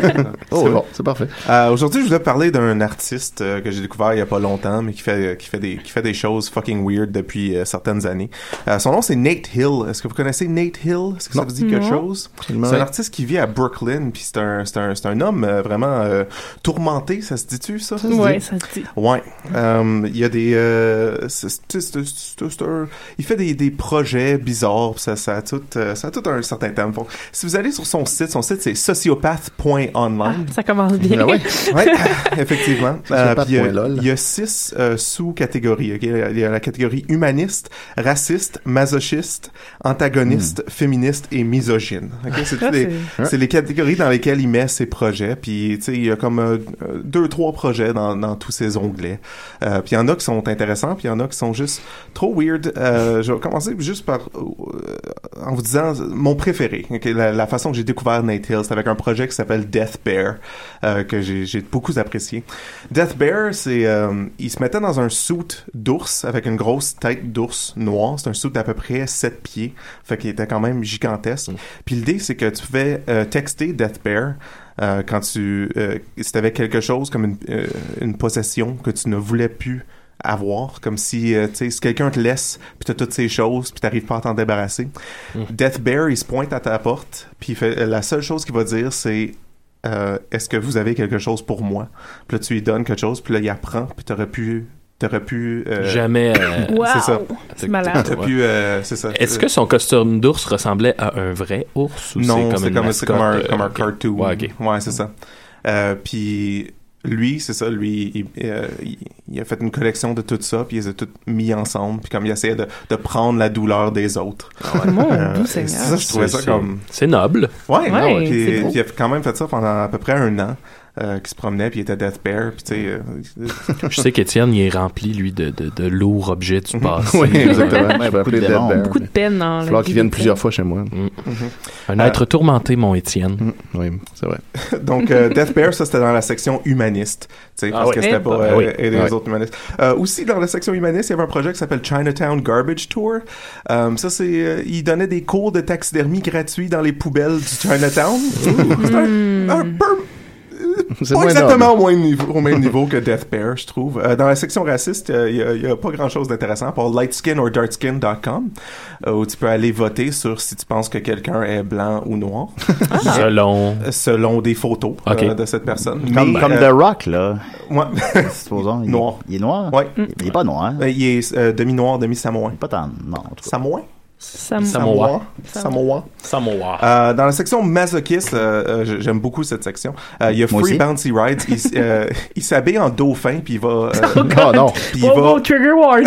Speaker 3: Oh, bon, c'est parfait.
Speaker 9: Euh, Aujourd'hui, je voulais parler d'un artiste euh, que j'ai découvert il y a pas longtemps, mais qui fait, euh, qui fait, des, qui fait des choses fucking weird depuis euh, certaines années. Euh, son nom, c'est Nate Hill. Est-ce que vous connaissez Nate Hill? Est-ce que ça vous dit quelque
Speaker 3: Non.
Speaker 9: chose? C'est
Speaker 3: Absolument.
Speaker 9: un artiste qui vit à Brooklyn, puis c'est un, c'est un, c'est un homme euh, vraiment euh, tourmenté, ça se dit-tu, ça? se
Speaker 6: Ouais,
Speaker 9: dit?
Speaker 6: ça se dit.
Speaker 9: Ouais. Euh, il y a des. euh, c'est- c'est- c'est- c'est- c'est un- il fait des, des projets bizarres. pis Ça, ça, a tout, euh, ça a tout un certain temps. Bon, si vous allez aller sur son site. Son site, c'est sociopath.online.
Speaker 6: Ça commence bien.
Speaker 9: Ah ouais. Ouais, effectivement. Euh, puis, euh,
Speaker 3: Sociopathe.lol.
Speaker 9: il y a six euh, sous-catégories. ok? Il y a la catégorie humaniste, raciste, masochiste,
Speaker 5: Hmm.
Speaker 9: antagoniste, féministe et misogyne. ok? C'est toutes les-
Speaker 3: C'est-
Speaker 9: c'est les catégories dans lesquelles il met ses projets. Puis, tu sais, il y a comme euh, euh, deux, trois projets dans, dans tous ces onglets. Euh, puis il y en a qui sont intéressants, puis il y en a qui sont juste trop weird. Euh, je vais commencer juste par euh, en vous disant mon préféré. ok, la, la façon que j'ai découvert Nate Hill, c'est avec un projet qui s'appelle Death Bear, euh, que j'ai j'ai beaucoup apprécié. Death Bear, c'est... euh, il se mettait dans un suit d'ours avec une grosse tête d'ours noir. C'est un suit d'à peu près 7 pieds. Fait qu'il était quand même gigantesque. Puis l'idée, c'est que tu pouvais euh, texter Death Bear euh, quand tu euh, si t'avais quelque chose comme une, euh, une possession que tu ne voulais plus avoir comme si euh, tu sais si quelqu'un te laisse puis t'as toutes ces choses puis t'arrives pas à t'en débarrasser
Speaker 8: Mm.
Speaker 9: Death Bear il se pointe à ta porte puis il fait- euh, la seule chose qu'il va dire c'est euh, est-ce que vous avez quelque chose pour moi puis là tu lui donnes quelque chose puis là il apprend puis t'aurais pu t'aurais pu euh,
Speaker 8: Jamais. euh,
Speaker 6: Wow!
Speaker 9: c'est ça
Speaker 6: C'est malade.
Speaker 9: t'aurais pu euh, c'est ça
Speaker 8: Est-ce que son costume d'ours ressemblait à un vrai ours ou
Speaker 9: non,
Speaker 8: c'est comme,
Speaker 9: c'est
Speaker 8: une
Speaker 9: comme, c'est
Speaker 8: mascotte,
Speaker 9: comme un,
Speaker 8: euh,
Speaker 9: comme un
Speaker 8: ok.
Speaker 9: cartoon.
Speaker 8: Ouais, ok.
Speaker 9: Ouais, c'est ça. Euh, puis lui, c'est ça, lui, il, euh, il- il a fait une collection de tout ça, puis il les a toutes mis ensemble, puis comme il essayait de, de prendre la douleur des autres.
Speaker 6: Mon
Speaker 9: Euh,
Speaker 6: doux
Speaker 9: et
Speaker 6: Seigneur.
Speaker 9: c'est ça, je trouvais ça
Speaker 8: C'est-
Speaker 9: comme...
Speaker 8: Ah, C'est noble.
Speaker 9: Ouais, non,
Speaker 6: Ouais,
Speaker 9: puis
Speaker 6: c'est beau.
Speaker 9: puis il a quand même fait ça pendant à peu près un an, euh, qu'il se promenait, puis il était Death Bear, puis tu sais... euh,
Speaker 8: Je sais qu'Étienne, il est rempli, lui, de, de, de lourds objets du
Speaker 9: Mhm.
Speaker 8: passé.
Speaker 3: Oui, exactement. Je vais
Speaker 8: Beaucoup
Speaker 3: appeler
Speaker 8: de
Speaker 3: Dead
Speaker 8: démons.
Speaker 3: Bear.
Speaker 6: Beaucoup de peine dans
Speaker 3: Il va
Speaker 6: la
Speaker 3: falloir
Speaker 6: vie
Speaker 3: qu'il vienne
Speaker 6: des
Speaker 3: plusieurs fois chez moi.
Speaker 8: Un
Speaker 9: Euh,
Speaker 8: être tourmenté, mon Étienne.
Speaker 3: Oui, c'est vrai.
Speaker 9: Donc, euh, Death Bear, ça, c'était dans la section humaniste. Tu sais,
Speaker 8: Ah
Speaker 9: parce
Speaker 8: ouais.
Speaker 9: que c'était
Speaker 8: Eh,
Speaker 9: pas
Speaker 8: bah,
Speaker 9: euh,
Speaker 8: oui.
Speaker 9: aider
Speaker 8: Ouais.
Speaker 9: les autres humanistes. Euh, aussi, dans la section humaniste, il y avait un projet qui s'appelle Chinatown Garbage Tour. Euh, ça, c'est... euh, il donnait des cours de taxidermie gratuits dans les poubelles du Chinatown. C'était un- un peu
Speaker 3: C'est
Speaker 9: pas
Speaker 3: moins
Speaker 9: exactement au même, niveau, au même niveau que Death Bear, je trouve. Euh, dans la section raciste, il n'y a, pas grand-chose d'intéressant pour lightskin or dartskin.com, euh, où tu peux aller voter sur si tu penses que quelqu'un est blanc ou noir.
Speaker 8: Selon.
Speaker 9: Selon des photos euh,
Speaker 8: Ok.
Speaker 9: de cette personne.
Speaker 5: Comme,
Speaker 9: Mais,
Speaker 5: comme
Speaker 9: euh,
Speaker 5: The Rock, là.
Speaker 9: ouais.
Speaker 5: Supposons. Il,
Speaker 9: Noir.
Speaker 5: Il est noir.
Speaker 9: Ouais.
Speaker 5: Il est pas noir.
Speaker 9: Ben, il est euh, demi-noir, demi-samoan.
Speaker 5: Pas tant. Non, en tout cas.
Speaker 9: Samoan?
Speaker 6: Sam-
Speaker 9: Samoa. Samoa.
Speaker 8: Samoa.
Speaker 9: Euh, dans la section masochiste, euh, euh, j- j'aime beaucoup cette section. Euh, il y a
Speaker 5: Moi
Speaker 9: Free
Speaker 5: aussi.
Speaker 9: Bouncy Rides. Il, s- euh, il s'habille en dauphin, puis il va... euh,
Speaker 3: Oh non!
Speaker 9: puis il
Speaker 6: Wow,
Speaker 9: va-
Speaker 6: wow, trigger warning!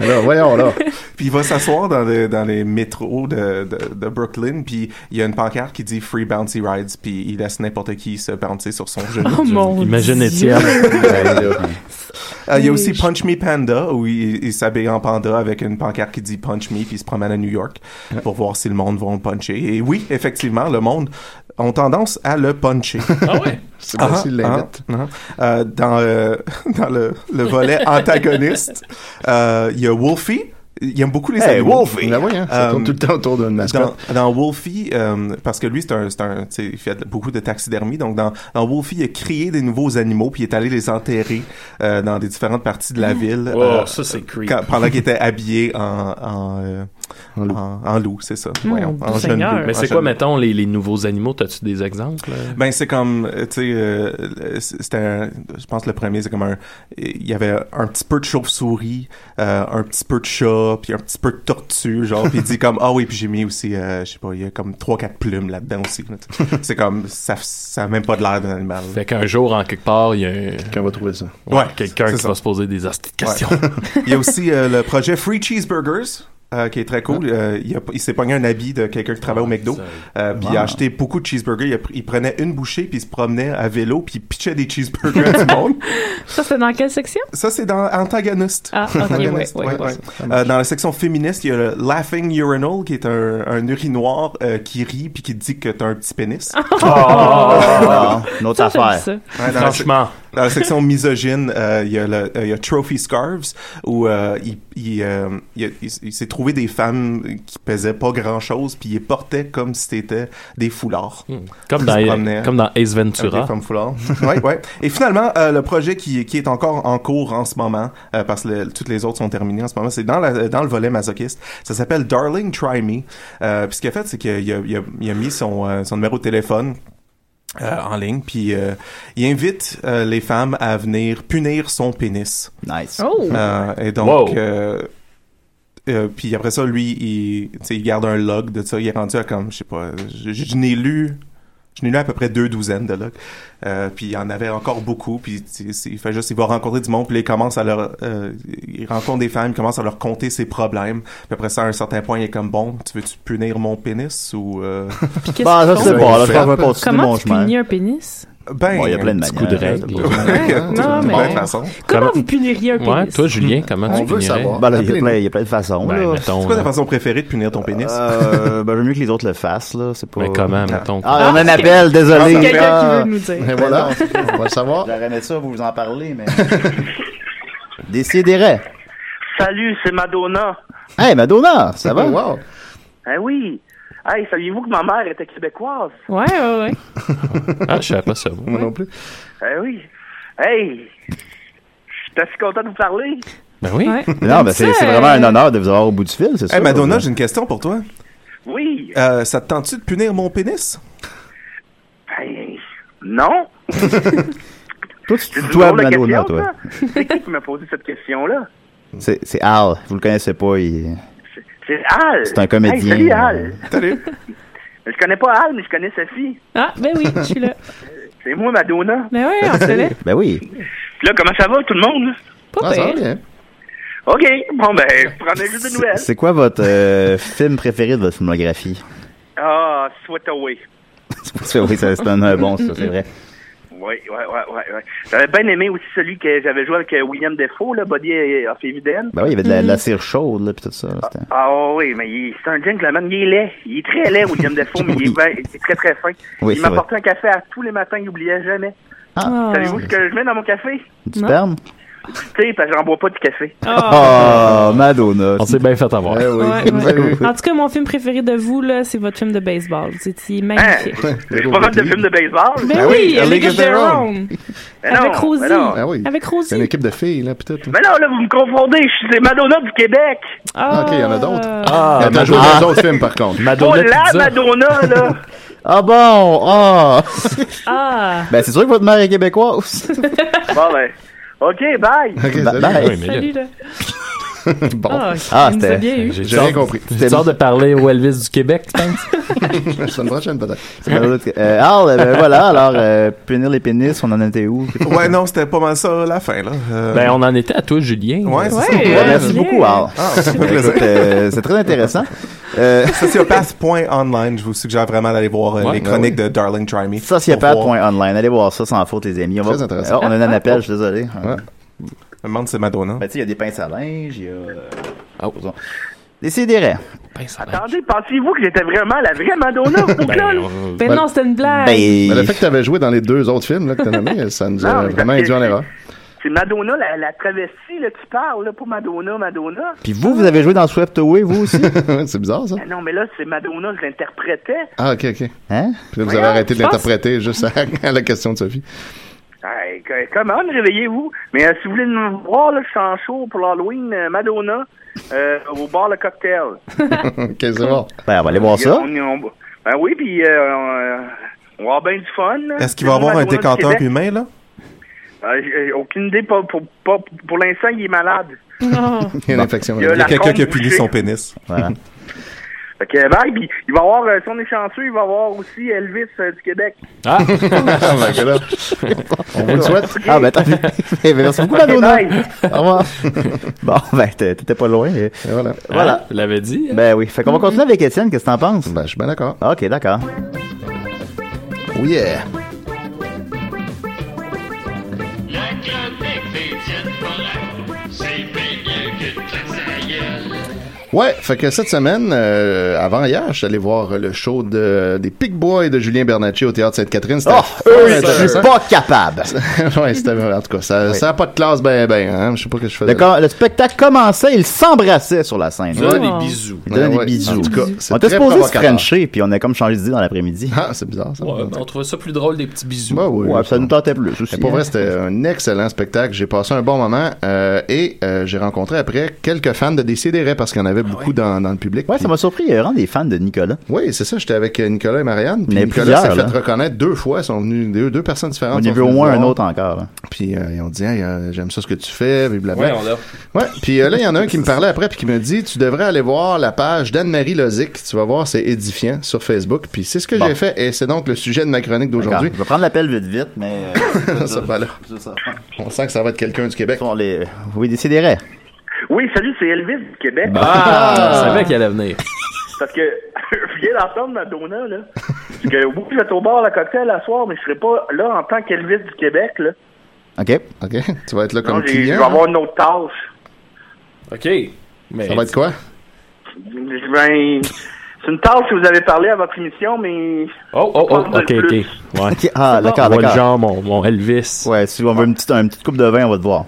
Speaker 3: Là, voyons là.
Speaker 9: Puis il va s'asseoir dans, les- dans les métros de, de, de Brooklyn, puis il y a une pancarte qui dit Free Bouncy Rides, puis il laisse n'importe qui se bouncer sur son genou.
Speaker 6: Oh mon
Speaker 8: Imagine
Speaker 6: Dieu.
Speaker 8: Étienne.
Speaker 9: Euh, il y a aussi
Speaker 6: Oui,
Speaker 9: Punch Me Panda, où il, il s'habille en panda avec une pancarte qui dit Punch Me, puis il se promène à New York pour voir si le monde va le puncher. Et oui, effectivement, le monde ont tendance à le puncher.
Speaker 8: Ah ouais?
Speaker 3: C'est pas s'il
Speaker 9: Ah,
Speaker 3: l'invite.
Speaker 9: ah, ah. Euh, dans euh, dans le, le volet antagoniste, euh, il y a Wolfie. Il aime beaucoup les
Speaker 5: Hey,
Speaker 9: animaux.
Speaker 5: Wolfie!
Speaker 3: Ben oui, hein, ça
Speaker 9: Euh,
Speaker 3: tourne tout le temps autour d'une mascotte.
Speaker 9: Dans, dans Wolfie, euh, parce que lui, c'est un, c'est un, tu sais, il fait de- beaucoup de taxidermie. Donc, dans, dans Wolfie, il a créé des nouveaux animaux, puis il est allé les enterrer euh, dans des différentes parties de la ville.
Speaker 8: Oh,
Speaker 9: euh,
Speaker 8: ça, c'est creep.
Speaker 9: quand- pendant qu'il était habillé en, en, euh, en, en loup, c'est ça.
Speaker 6: Mon
Speaker 9: Voyons,
Speaker 6: Dieu
Speaker 9: en jeune
Speaker 6: Seigneur.
Speaker 9: loup,
Speaker 8: Mais
Speaker 9: en
Speaker 8: c'est
Speaker 9: jeune
Speaker 8: quoi,
Speaker 9: loup.
Speaker 8: mettons, les, les nouveaux animaux? T'as-tu des exemples? euh?
Speaker 9: Ben c'est comme euh, tu sais euh, euh, c'était un- je pense le premier c'est comme un il y avait un petit peu de chauve-souris, euh, un petit peu de chat, puis un petit peu de tortue genre puis il dit comme ah oui puis j'ai mis aussi euh, je sais pas il y a comme trois quatre plumes là-dedans aussi. là, tu sais. c'est comme ça ça a même pas de l'air d'un animal.
Speaker 8: Fait qu'un jour, en quelque part, il y a un-
Speaker 3: Quelqu'un va trouver ça.
Speaker 9: Ouais,
Speaker 8: quelqu'un
Speaker 9: c'est
Speaker 8: qui
Speaker 9: ça.
Speaker 8: va se poser des astuces
Speaker 9: Ouais.
Speaker 8: questions.
Speaker 9: il y a aussi euh, le projet Free Cheeseburgers. euh, qui est très cool. Euh, il a- il s'est pogné un habit de quelqu'un qui
Speaker 8: Ah,
Speaker 9: travaille au McDo. euh, puis il a
Speaker 5: Wow.
Speaker 9: acheté beaucoup de cheeseburgers. Il, a pr- il prenait une bouchée, puis il se promenait à vélo, puis il pitchait des cheeseburgers à tout le monde.
Speaker 6: Ça, c'est dans quelle section?
Speaker 9: Ça, c'est dans Antagoniste.
Speaker 6: Ah, ok, ouais, ouais,
Speaker 9: Antagoniste,
Speaker 6: ouais.
Speaker 9: ouais, ouais. Euh, dans la section féministe, il y a le Laughing Urinal, qui est un, un urinoir euh, qui rit puis qui dit que t'as un petit pénis.
Speaker 5: Ah, une autre
Speaker 6: Ça, j'aime
Speaker 5: affaire.
Speaker 6: ça.
Speaker 9: Ouais, dans la se-
Speaker 8: Franchement.
Speaker 9: dans la section misogyne, euh, il y a le, euh, il y a Trophy Scarves où euh, il, il, euh, il a- il s- il s'est trouvé des femmes qui pesaient pas grand chose puis il les portait comme si c'était des foulards.
Speaker 8: Hmm. Comme
Speaker 9: Ils se promenaient.
Speaker 8: dans, comme dans Ace
Speaker 9: Avec
Speaker 8: Ventura.
Speaker 9: des femmes foulards. ouais, ouais. Et finalement, euh, le projet qui, qui est encore en cours en ce moment, euh, parce que le- toutes les autres sont terminées en ce moment, c'est dans, la- dans le volet masochiste. Ça s'appelle Darling Try Me. Euh, puis ce qu'il a fait, c'est qu'il a, il a- il a mis son, euh, son numéro de téléphone. euh, en ligne, puis euh, il invite euh, les femmes à venir punir son pénis.
Speaker 5: Nice.
Speaker 6: Oh!
Speaker 9: Euh, et donc,
Speaker 8: Wow.
Speaker 9: euh, Euh, puis après ça, lui, il, tu sais, il garde un log de ça. Il est rendu à comme, je sais pas, je, je- je n'ai lu, je n'ai lu à peu près deux douzaines de logs. Euh, puis il en avait encore beaucoup. Puis tu sais, il fait juste, il va rencontrer du monde. Puis là, il commence à leur, euh, il rencontre des femmes, il commence à leur compter ses problèmes. Puis après ça, à un certain point, il est comme, bon, tu veux-tu punir mon pénis ou... Euh...
Speaker 6: Qu'est-ce
Speaker 5: Bah,
Speaker 6: qu'ils
Speaker 5: je sais
Speaker 6: font?
Speaker 5: pas, là, je pense qu'on va continuer
Speaker 6: Comment
Speaker 5: mon
Speaker 6: tu
Speaker 5: chemin.
Speaker 6: punis un pénis?
Speaker 9: Ben,
Speaker 5: Bon, Oh, il y a plein de
Speaker 9: un petit
Speaker 5: manières.
Speaker 9: coup de règle.
Speaker 6: Non,
Speaker 9: De
Speaker 6: mais-
Speaker 9: bonne façon.
Speaker 6: Comment vous puniriez un pénis?
Speaker 5: On veut savoir. Ben là, il, y a plein, il y a plein de façons.
Speaker 9: Ben,
Speaker 5: là.
Speaker 9: mettons, C'est quoi ta euh, façon préférée de punir ton pénis?
Speaker 5: Bah, euh, ben, j'aime mieux que les autres le fassent. Là. C'est pas...
Speaker 8: Mais comment, mettons?
Speaker 5: Ah, on a un
Speaker 8: Ah,
Speaker 5: appel,
Speaker 8: ok.
Speaker 5: désolé.
Speaker 8: Ah, c'est quelqu'un
Speaker 5: Ah.
Speaker 8: qui veut nous dire.
Speaker 5: Ben
Speaker 8: Voilà.
Speaker 5: non, on va le savoir. Ah, J'aurais aimé ça, vous vous en parlez, mais. Décidérez.
Speaker 12: Salut, c'est Madonna.
Speaker 5: Hey, Madonna, ça
Speaker 9: Ah.
Speaker 5: va?
Speaker 12: Eh oui. Hey, saviez-vous que ma mère était québécoise?
Speaker 6: Ouais, ouais, ouais.
Speaker 8: Ah, je savais pas ça. Moi non plus.
Speaker 12: Eh oui. Hey, je suis assez content de vous parler.
Speaker 8: Ben oui.
Speaker 5: Non, ben, c'est,
Speaker 9: Ça,
Speaker 5: c'est
Speaker 9: euh,
Speaker 5: vraiment un honneur de vous avoir au bout du fil, c'est
Speaker 9: Hey,
Speaker 5: sûr.
Speaker 9: Madonna, j'ai une question pour toi.
Speaker 12: Oui.
Speaker 9: Euh, ça te tente-tu de punir mon pénis?
Speaker 12: Ben, non.
Speaker 5: Toi,
Speaker 12: C'est une
Speaker 5: toi,
Speaker 12: drôle de
Speaker 5: Madonna,
Speaker 12: question,
Speaker 5: toi.
Speaker 12: ça. C'est qui qui m'a posé cette question-là?
Speaker 5: C'est, c'est Al. Vous le connaissez pas. Il...
Speaker 12: C'est Al.
Speaker 5: C'est un comédien.
Speaker 12: Hey, salut, Al.
Speaker 9: Salut.
Speaker 12: Je connais pas Al, mais je connais sa fille.
Speaker 6: Ah, ben oui, je suis là.
Speaker 12: C'est moi, Madonna.
Speaker 6: Ben oui, on se connaît.
Speaker 5: Ben oui.
Speaker 12: Puis Là, comment ça va, tout le monde?
Speaker 6: Pas Ah, ça va pire.
Speaker 12: OK. Bon, ben, je prenais juste des nouvelles.
Speaker 5: C'est quoi votre euh, film préféré de votre filmographie?
Speaker 12: Ah, Sweat Away.
Speaker 5: oui, ça, c'est un, un bon, ça, c'est vrai.
Speaker 12: Oui, oui, oui, oui. J'avais bien aimé aussi celui que j'avais joué avec euh, William Defoe, là, Body euh, of Evidence.
Speaker 5: Ben oui, il y avait de la, de la cire chaude, là, pis tout ça. là, c'était-
Speaker 12: Ah oui, mais il- c'est un gentleman, il est laid. Il est très laid, William Defoe, mais il est, ben- il est très très fin.
Speaker 5: Oui,
Speaker 12: il
Speaker 5: c'est
Speaker 12: m'apportait un café à tous les matins, il n'oubliait jamais.
Speaker 5: Ah.
Speaker 12: Savez-vous ce que je mets dans mon café?
Speaker 5: Du sperme?
Speaker 12: Tu sais, parce que j'en bois pas du café.
Speaker 5: Ah, Madonna. On s'est
Speaker 8: bien fait avoir.
Speaker 3: Euh,
Speaker 6: Ouais, ouais. En tout cas, mon film préféré de vous, là, c'est votre film de baseball. C'est magnifique.
Speaker 12: Hein? Je suis pas fan de films de baseball.
Speaker 6: Ben
Speaker 3: Ah
Speaker 6: oui,
Speaker 3: oui, A
Speaker 6: A
Speaker 3: League
Speaker 6: League
Speaker 3: of
Speaker 6: of
Speaker 3: Their
Speaker 6: Their
Speaker 3: Own.
Speaker 6: Own.
Speaker 12: Mais non,
Speaker 6: Avec Rosie.
Speaker 12: mais non.
Speaker 3: Ah oui.
Speaker 6: Avec Rosie.
Speaker 3: C'est une équipe de filles, là, peut-être.
Speaker 12: Mais non, là, vous me confondez, je suis- c'est Madonna du Québec.
Speaker 3: Ah, ok, il y en a d'autres.
Speaker 5: Ah,
Speaker 3: Elle a joué
Speaker 12: ben,
Speaker 5: Madonna.
Speaker 3: dans d'autres films, par contre.
Speaker 12: Oh là, Madonna, là!
Speaker 5: Ah bon, ah!
Speaker 6: Ah!
Speaker 5: ben, c'est sûr que votre mère est québécoise.
Speaker 12: bon, ben. OK, bye!
Speaker 5: Ba- bye.
Speaker 12: Salut, là.
Speaker 5: bon.
Speaker 12: Ah,
Speaker 5: Ah,
Speaker 12: il nous a
Speaker 5: c'était.
Speaker 12: bien eu.
Speaker 8: J'ai rien compris. J'ai tort de parler au Elvis du Québec, tu penses?
Speaker 5: ben.
Speaker 3: C'est une prochaine, peut-être.
Speaker 5: Euh, ah, ben, voilà, alors, euh, punir les pénis, on en était où?
Speaker 9: Ouais, non, c'était pas mal ça, la fin, là. Euh,
Speaker 8: Ben, on en était à toi, Julien.
Speaker 9: Ouais, c'est ça.
Speaker 5: Ouais, merci beaucoup, Al.
Speaker 9: Ah, ça fait
Speaker 5: Ben,
Speaker 9: plaisir.
Speaker 5: écoute, euh, c'est très intéressant. Euh,
Speaker 9: Sociopath.online, je vous suggère vraiment d'aller voir euh,
Speaker 5: Ouais,
Speaker 9: les
Speaker 5: ben
Speaker 9: chroniques
Speaker 5: oui.
Speaker 9: de Darling Try Me. Pour voir-
Speaker 5: Sociopathe.online. Allez voir ça sans faute, les amis. On va-
Speaker 9: Très intéressant.
Speaker 5: Ah, on a un appel, je suis désolé.
Speaker 9: Je me demande si c'est Madonna.
Speaker 5: Ben, tu sais, il y a des pinces à linge, il y a. euh, Décidérez.
Speaker 12: Attendez, pensiez-vous que j'étais vraiment la vraie Madonna? ou là, là?
Speaker 6: Ben non, c'était une blague.
Speaker 3: Mais le fait que tu avais joué dans les deux autres films là, que tu as nommés, ça nous
Speaker 12: Non,
Speaker 3: a
Speaker 12: mais
Speaker 3: vraiment
Speaker 12: parce que
Speaker 3: induit en erreur.
Speaker 12: C'est Madonna, la, la travestie, là, qui parle, là, pour Madonna, Madonna.
Speaker 5: Puis vous, vous avez joué dans Swept Away, vous aussi? c'est bizarre, ça.
Speaker 12: Ah non, mais là, c'est Madonna, je l'interprétais.
Speaker 3: Ah, ok, ok.
Speaker 5: Hein?
Speaker 3: Puis là, vous avez
Speaker 12: Voyons,
Speaker 3: arrêté de
Speaker 12: je pense-
Speaker 3: l'interpréter juste à, à la question de Sophie.
Speaker 12: Hey, que- comment, réveillez-vous? Mais euh, si vous voulez me voir, là, je suis en show pour l'Halloween, euh, Madonna, euh, au bar Le Cocktail.
Speaker 3: ok, c'est bon.
Speaker 5: Ben, on va aller voir
Speaker 12: Euh, on- on- ben oui, puis euh, on, euh, on va avoir bien du fun. là.
Speaker 9: Est-ce qu'il va y
Speaker 12: C'est
Speaker 9: avoir un
Speaker 12: Madonna du
Speaker 9: décanteur
Speaker 12: Québec.
Speaker 9: humain, là?
Speaker 12: Euh, j'ai- j'ai aucune idée, pas, pour, pas, pour l'instant, il est malade.
Speaker 9: Il y a une infection. Il y a
Speaker 12: la
Speaker 9: quelqu'un qui a
Speaker 12: combe
Speaker 9: puni
Speaker 12: bouchée.
Speaker 9: son pénis.
Speaker 5: Voilà.
Speaker 12: Fait que, bye, puis il va avoir, euh, si on est chanceux, il va avoir aussi Elvis euh, du Québec.
Speaker 8: Ah!
Speaker 5: ben, que là. On vous le souhaite. Ah, ben, attends. Ben, Merci beaucoup,
Speaker 12: Ok,
Speaker 5: Madonna.
Speaker 12: bye.
Speaker 5: Au revoir. Bon, ben, t'es- t'étais pas loin. Voilà.
Speaker 3: Hein?
Speaker 5: Voilà.
Speaker 8: Je l'avais dit. hein?
Speaker 5: Ben oui. Fait qu'on va continuer avec Étienne. Qu'est-ce que t'en penses? Ben, je suis bien d'accord. OK, d'accord. Oh yeah.
Speaker 3: Ouais, fait que cette semaine, euh, avant hier, je suis allé voir le show de, des Pig Boys de Julien Bernatchez au Théâtre Sainte-Catherine. C'était
Speaker 5: Oh,
Speaker 3: fort
Speaker 5: eux, je
Speaker 3: intéressant.
Speaker 5: suis pas capable.
Speaker 3: ouais, c'était, en tout cas, ça n'a
Speaker 5: Oui.
Speaker 3: pas de classe, ben, ben, hein, je sais pas ce que je faisais.
Speaker 5: Le, com- Ah, le spectacle commençait, ils s'embrassaient sur la scène.
Speaker 9: Ben,
Speaker 3: Ils donnaient des bisous.
Speaker 5: Ils donnaient
Speaker 3: Ouais, ouais.
Speaker 5: des bisous.
Speaker 3: En tout cas, c'est
Speaker 5: on était
Speaker 3: très
Speaker 5: supposé se
Speaker 3: provocateur.
Speaker 5: frencher, puis on a comme changé d'idée dans l'après-midi.
Speaker 3: Ah, c'est bizarre ça.
Speaker 8: Ouais, ben, on trouvait ça plus drôle des petits bisous.
Speaker 9: Ben
Speaker 3: oui,
Speaker 5: Ouais, ça nous tentait plus aussi.
Speaker 3: Mais pour vrai,
Speaker 5: hein.
Speaker 3: c'était un excellent spectacle. J'ai passé un bon moment euh, et euh, j'ai rencontré après quelques fans de Décideret parce qu'il y en avait avait beaucoup dans, dans le public.
Speaker 5: Ah Ouais, ça m'a surpris. Il y a vraiment des fans de Nicolas.
Speaker 3: Oui, c'est ça. J'étais avec euh, Nicolas et Marianne. Puis
Speaker 5: Mais
Speaker 3: Nicolas s'est
Speaker 5: plusieurs,
Speaker 3: fait
Speaker 5: là.
Speaker 3: reconnaître deux fois. Ils Sont venus, deux, deux personnes différentes.
Speaker 5: On y
Speaker 3: sont
Speaker 5: veut au
Speaker 3: venues
Speaker 5: moins
Speaker 3: nous
Speaker 5: un
Speaker 3: voir.
Speaker 5: autre encore. là.
Speaker 3: Puis euh, ils ont dit Hey, euh, j'aime ça ce que tu fais, puis blabla.
Speaker 5: Ouais, on l'a.
Speaker 3: Ouais. Puis euh, là, il y en a un qui me parlait après, puis qui me dit Tu devrais aller voir la page d'Anne-Marie Lozic. Tu vas voir, c'est édifiant sur Facebook. Puis c'est ce que
Speaker 5: Bon.
Speaker 3: j'ai fait, et c'est donc le sujet de ma chronique
Speaker 5: D'accord.
Speaker 3: d'aujourd'hui.
Speaker 5: Je vais prendre l'appel vite, vite, mais. euh,
Speaker 3: Ça va, là.
Speaker 5: C'est ça.
Speaker 3: On sent que ça va être quelqu'un du Québec.
Speaker 5: On les... Oui, déciderait.
Speaker 12: Oui, salut, c'est Elvis du Québec.
Speaker 8: Ah, je savais qu'il allait venir.
Speaker 12: Parce que je viens d'entendre Madonna, là. Parce que oui, je vais être au bar à cocktail à soir, mais je serai pas là en tant qu'Elvis du Québec, là.
Speaker 3: OK. OK. Tu vas être là comme
Speaker 12: Non, j'ai- je
Speaker 3: client.
Speaker 12: vais avoir une autre tâche.
Speaker 8: OK. Mais
Speaker 3: Ça va être quoi
Speaker 12: Je vais- C'est une tâche que vous avez parlé à votre émission, mais...
Speaker 8: Oh, oh, oh, ok, ok. Ouais.
Speaker 5: Ah, d'accord,
Speaker 8: Moi, le
Speaker 5: d'accord.
Speaker 8: genre, mon, mon Elvis.
Speaker 5: Ouais, si on veut une petite, une petite coupe de vin, on va te voir.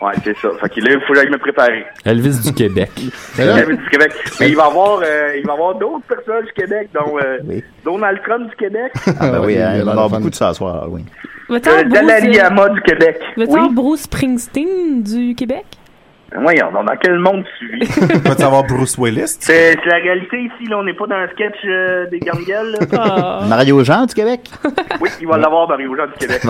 Speaker 12: Ouais, c'est ça. Fait que là, il faut que j'aille me préparer.
Speaker 8: Elvis du Québec.
Speaker 12: Elvis du Québec. Mais il va y avoir, euh, il va y avoir d'autres personnes du Québec, dont euh, Donald Trump du Québec.
Speaker 5: Ah, ben oui,
Speaker 12: il
Speaker 5: hein,
Speaker 12: a
Speaker 5: il va
Speaker 12: l'air
Speaker 5: y avoir beaucoup de ça à soir, oui.
Speaker 6: Va-t'en,
Speaker 12: Euh,
Speaker 6: Bruce,
Speaker 12: Dalali
Speaker 6: euh,
Speaker 12: Hama du Québec.
Speaker 6: Va-t'en, Bruce Springsteen du Québec?
Speaker 12: Voyons, dans quel monde tu vis?
Speaker 9: Pas de savoir Bruce Willis.
Speaker 12: C'est c'est la réalité ici, là. On n'est pas dans un sketch euh, des gargales, là.
Speaker 6: Ah.
Speaker 5: Mario Jean du Québec?
Speaker 12: Oui, il va l'avoir, Mario Jean du Québec.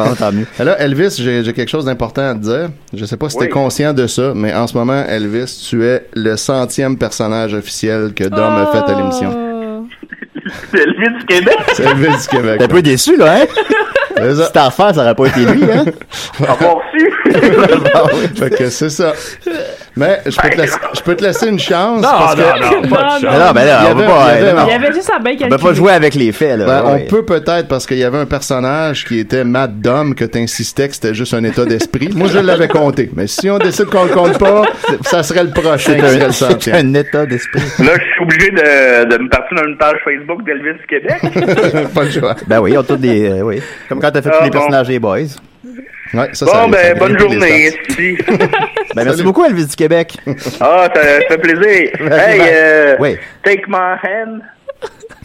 Speaker 3: Alors, Elvis, j'ai j'ai quelque chose d'important à te dire. Je sais pas si t'es
Speaker 12: Oui.
Speaker 3: conscient de ça, mais en ce moment, Elvis, tu es le centième personnage officiel que Dom a fait à l'émission.
Speaker 12: C'est Elvis du Québec.
Speaker 3: C'est Elvis du Québec.
Speaker 5: T'es un peu déçu, là, hein? Cette affaire, ça aurait pas été lui, hein?
Speaker 12: Ah,
Speaker 3: Ah, fait que c'est ça. Mais je peux, te laisser, je peux te laisser une chance.
Speaker 5: Non,
Speaker 3: parce
Speaker 5: non,
Speaker 3: que-
Speaker 5: non, pas de Non, chance. non. Mais là, on
Speaker 3: Il y
Speaker 5: veut pas,
Speaker 3: avait- il y
Speaker 5: euh, non,
Speaker 3: avait-
Speaker 5: non.
Speaker 6: Il y avait juste à bien
Speaker 5: On
Speaker 6: calculer.
Speaker 5: peut pas jouer avec les faits, là.
Speaker 3: Ben,
Speaker 5: Ouais.
Speaker 3: On peut peut-être parce qu'il y avait un personnage qui était Mad Dom que t'insistais que c'était juste un état d'esprit. Moi, je l'avais compté. Mais si on décide qu'on le compte pas, ça serait le prochain
Speaker 5: C'est
Speaker 3: qui serait
Speaker 5: un,
Speaker 3: le
Speaker 5: c'est
Speaker 3: centième.
Speaker 5: un état d'esprit.
Speaker 12: Là, je suis obligé de, de me partir dans une page Facebook d'Elvis du Québec.
Speaker 3: pas le choix.
Speaker 5: Ben oui, on a tous des. euh, oui. Comme quand t'as fait
Speaker 12: Ah,
Speaker 5: tous les
Speaker 12: bon.
Speaker 5: personnages des boys.
Speaker 3: Ouais,
Speaker 12: bon, ben, bonne journée, ici.
Speaker 5: Ben, merci beaucoup, Elvis du Québec.
Speaker 12: Ah, ça, ça fait plaisir. hey, euh,
Speaker 5: Oui.
Speaker 12: take my hand.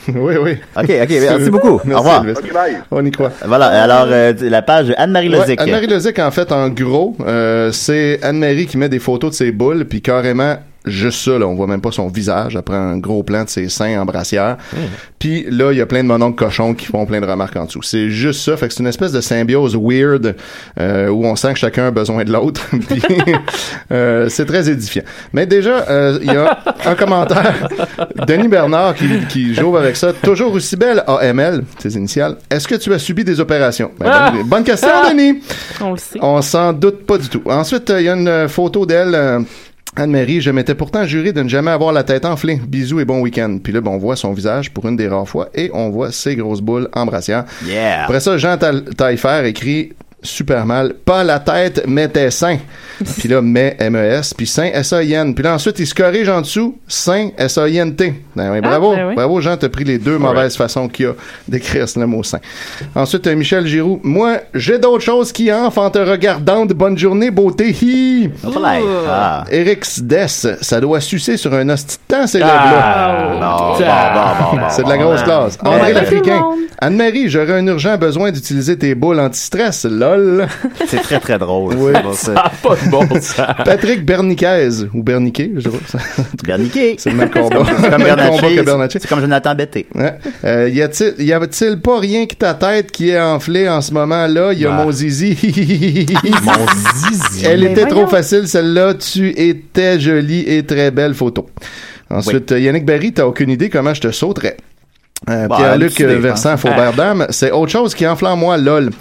Speaker 3: Oui, oui.
Speaker 5: OK, OK, merci beaucoup. Au revoir.
Speaker 12: Ok, bye.
Speaker 3: On y croit.
Speaker 5: Voilà, alors, euh, la page Anne-Marie
Speaker 3: Ouais,
Speaker 5: Lozic.
Speaker 3: Anne-Marie Lozic, en fait, en gros, euh, c'est Anne-Marie qui met des photos de ses boules, puis carrément, juste ça, là, on voit même pas son visage, après un gros plan de ses seins en brassière. Puis là, il y a plein de mononcles cochons qui font plein de remarques en dessous. C'est juste ça, fait que c'est une espèce de symbiose weird euh, où on sent que chacun a besoin de l'autre. Puis, euh, c'est très édifiant. Mais déjà, euh, il y a un commentaire. Denis Bernard qui, qui j'ouvre avec ça. Toujours aussi belle AML, ses initiales. Est-ce que tu as subi des opérations? Ben, bonne, bonne question, Denis.
Speaker 6: On le sait.
Speaker 3: On s'en doute pas du tout. Ensuite, euh, il y a une euh, photo d'elle. euh, Anne-Marie, je m'étais pourtant juré de ne jamais avoir la tête enflée. Bisous et bon week-end. Puis là, ben, on voit son visage pour une des rares fois et on voit ses grosses boules en brassière.
Speaker 5: Yeah.
Speaker 3: Après ça, Jean Tal- Taillefer écrit super mal. Pas la tête, mais tes seins. Puis là, mais MES, puis sain S-A-I-N. Puis là, ensuite, il se corrige en dessous, sain S-A-I-N-T. Ben oui, bravo,
Speaker 6: ben oui.
Speaker 3: bravo, Jean, t'as pris les deux mauvaises façons qu'il y a d'écrire ce mot sain. Ensuite, euh, Michel Giroux. Moi, j'ai d'autres choses qui enfent en te regardant. De bonne journée, beauté. Hi.
Speaker 5: Voilà. Ah.
Speaker 3: Eric Dess, ça doit sucer sur un hostie de temps, ces
Speaker 5: Ah,
Speaker 3: lèvres-là.
Speaker 5: non, bon, bon, bon, hein. bon,
Speaker 3: Ah, C'est de la
Speaker 5: bon,
Speaker 3: grosse
Speaker 5: bon.
Speaker 3: classe.
Speaker 5: Ouais.
Speaker 3: André
Speaker 5: Ouais.
Speaker 3: l'Africain.
Speaker 5: Tout le
Speaker 3: Anne-Marie, j'aurais un urgent besoin d'utiliser tes boules anti-stress, lol.
Speaker 5: C'est très, très drôle.
Speaker 3: Oui.
Speaker 5: C'est bon, c'est-
Speaker 3: Ça a
Speaker 8: pas de bon sens.
Speaker 3: Patrick Berniquez, ou Berniquet, je sais pas.
Speaker 5: Berniquet.
Speaker 3: C'est le même combat.
Speaker 5: C'est comme
Speaker 3: Le même combat que
Speaker 5: Bernatchez.
Speaker 3: Bernatchez.
Speaker 5: C'est comme Jonathan Betté.
Speaker 3: Ouais. Euh, y a-t-il- y avait-il pas rien que ta tête qui est enflée en ce moment-là? Il y a
Speaker 8: Bah.
Speaker 3: mon zizi.
Speaker 5: Ah,
Speaker 8: Mon zizi.
Speaker 3: Elle
Speaker 8: Mais
Speaker 3: était trop
Speaker 8: voyons.
Speaker 3: facile, celle-là. Tu étais jolie et très belle photo. Ensuite, euh, Yannick Barry, t'as aucune idée comment je te sauterais. Euh,
Speaker 5: Bah,
Speaker 3: Pierre-Luc
Speaker 5: halluciné,
Speaker 3: euh, Versant
Speaker 5: hein.
Speaker 3: Faubert Dame, c'est autre chose qui enfle en moi, lol.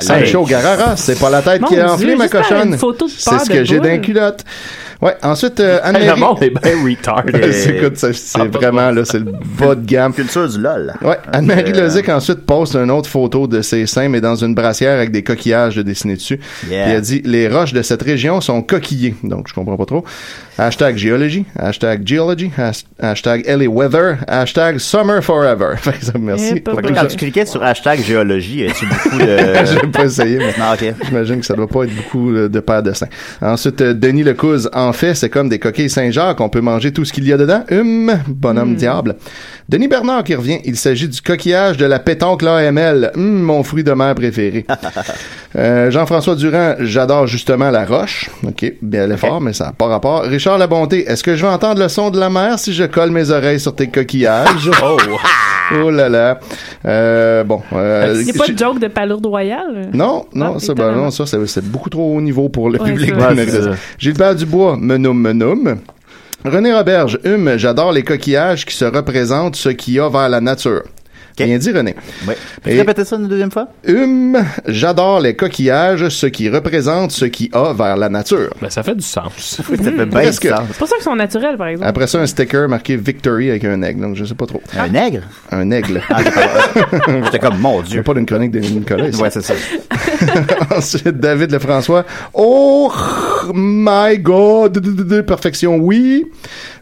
Speaker 3: Sancho Garara, c'est pas la tête
Speaker 6: Mon
Speaker 3: qui est
Speaker 6: Dieu,
Speaker 3: enflée, ma
Speaker 6: juste par
Speaker 3: cochonne.
Speaker 6: une photo de
Speaker 3: C'est
Speaker 6: paire
Speaker 3: ce
Speaker 6: de
Speaker 3: que j'ai
Speaker 6: boules.
Speaker 3: d'un culotte. Ouais, ensuite, euh,
Speaker 5: Ah,
Speaker 3: Anne-Marie.
Speaker 8: Le monde est bien retardé.
Speaker 3: C'est- écoute, ça, c'est vraiment là, c'est le bas de gamme.
Speaker 5: Culture du lol.
Speaker 3: Ouais, Anne-Marie
Speaker 5: Euh,
Speaker 3: Lozic ensuite poste une autre photo de ses seins, mais dans une brassière avec des coquillages de dessinés dessus.
Speaker 5: Yeah.
Speaker 3: Puis elle dit Les roches de cette région sont coquillées. Donc, je comprends pas trop. Hashtag géologie, hashtag geology, has- hashtag LA weather, hashtag summer forever. Fait que ça, Merci.
Speaker 6: Eh,
Speaker 5: Fait
Speaker 3: pour
Speaker 5: que
Speaker 3: tout
Speaker 5: quand
Speaker 3: ça.
Speaker 5: tu cliquais sur hashtag géologie, euh, tu beaucoup de.
Speaker 3: Je vais pas essayer, mais
Speaker 5: Non, ok.
Speaker 3: j'imagine que ça doit pas être beaucoup euh, de paires de seins. Ensuite, euh, Denis
Speaker 6: Hmm.
Speaker 3: Lecouze, en fait, c'est comme des coquilles Saint-Jacques, on peut manger tout ce qu'il y a dedans. Hum, bonhomme diable. Denis Bernard qui revient. Il s'agit du coquillage de la pétanque AML. Hum, mon fruit de mer préféré. Euh, Jean-François Durand, j'adore justement la roche. OK, bien l'effort, mais ça n'a pas rapport. Richard Labonté, est-ce que je vais entendre le son de la mer si je colle mes oreilles sur tes coquillages? oh. là là. Euh, bon. euh,
Speaker 6: C'est pas de joke de palourde royale?
Speaker 3: non, non,
Speaker 6: Ah,
Speaker 3: ça, ben non, ça, c'est- c'est beaucoup trop haut niveau pour le
Speaker 6: Ouais,
Speaker 3: public.
Speaker 6: c'est
Speaker 3: de
Speaker 6: vrai.
Speaker 3: Nouvelle-Zélande.
Speaker 6: Ouais, c'est ça.
Speaker 3: Gilbert Dubois, menum, menum. René Roberge, hum, j'adore les coquillages qui se représentent ce qu'il y a vers la nature. Bien dit, René.
Speaker 5: Peux-tu répéter ça une deuxième fois?
Speaker 3: Hum, j'adore les coquillages, ce qui représente ce qu'il y a vers la nature.
Speaker 8: Ben, ça fait du sens.
Speaker 3: Oui, ça fait bien
Speaker 6: Presque. C'est pour ça qu'ils sont naturels, par exemple.
Speaker 3: Après ça, un sticker marqué Victory avec un aigle, donc je sais pas trop.
Speaker 5: Un aigle?
Speaker 3: Un aigle.
Speaker 5: J'étais comme, mon Dieu.
Speaker 3: C'est pas d'une chronique de Nicolas. ici.
Speaker 5: Ouais, c'est ça.
Speaker 3: Ensuite, David Lefrançois. Oh my God! Perfection, oui!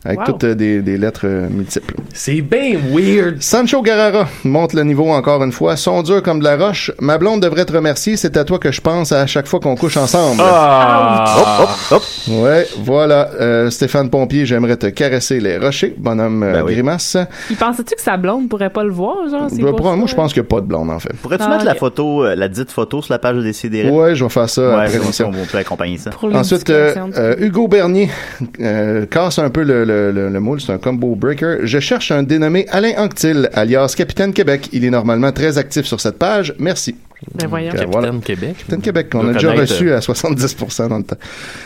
Speaker 3: Avec
Speaker 8: Wow.
Speaker 3: toutes euh, des, des lettres euh, multiples.
Speaker 8: C'est bien weird.
Speaker 3: Sancho Guerrera monte le niveau encore une fois. Sont durs comme de la roche. Ma blonde devrait te remercier. C'est à toi que je pense à chaque fois qu'on couche ensemble.
Speaker 8: Ah.
Speaker 3: Hop, hop, hop. Ouais, voilà. Euh, Stéphane Pompier, j'aimerais te caresser les rochers. Bonhomme euh, grimace.
Speaker 6: Puis pensais-tu que sa blonde pourrait pas le voir, genre? c'est
Speaker 3: Ben,
Speaker 6: pour
Speaker 3: pour-
Speaker 6: ça?
Speaker 3: moi, je pense qu'il n'y a pas de blonde, en fait.
Speaker 5: Pourrais-tu
Speaker 6: Ah,
Speaker 5: mettre la
Speaker 6: ok.
Speaker 5: photo, euh, la dite photo sur la page de Décidéré?
Speaker 3: Ouais, je vais faire ça
Speaker 5: Ouais,
Speaker 3: après
Speaker 5: on-
Speaker 3: l'émission.
Speaker 5: on peut accompagner ça.
Speaker 3: Ensuite, euh, euh, Hugo Bernier euh, casse un peu le, le- le- le moule, c'est un combo breaker. Je cherche un dénommé Alain Anctil, alias Capitaine Québec. Il est normalement très actif sur cette page. Merci.
Speaker 6: Ben voyons.
Speaker 3: Donc, euh,
Speaker 6: Capitaine
Speaker 3: voilà.
Speaker 8: Québec.
Speaker 3: Capitaine Québec, qu'on
Speaker 8: Doit
Speaker 3: a déjà
Speaker 8: connaître,
Speaker 3: reçu
Speaker 8: euh,
Speaker 3: à 70% dans le temps.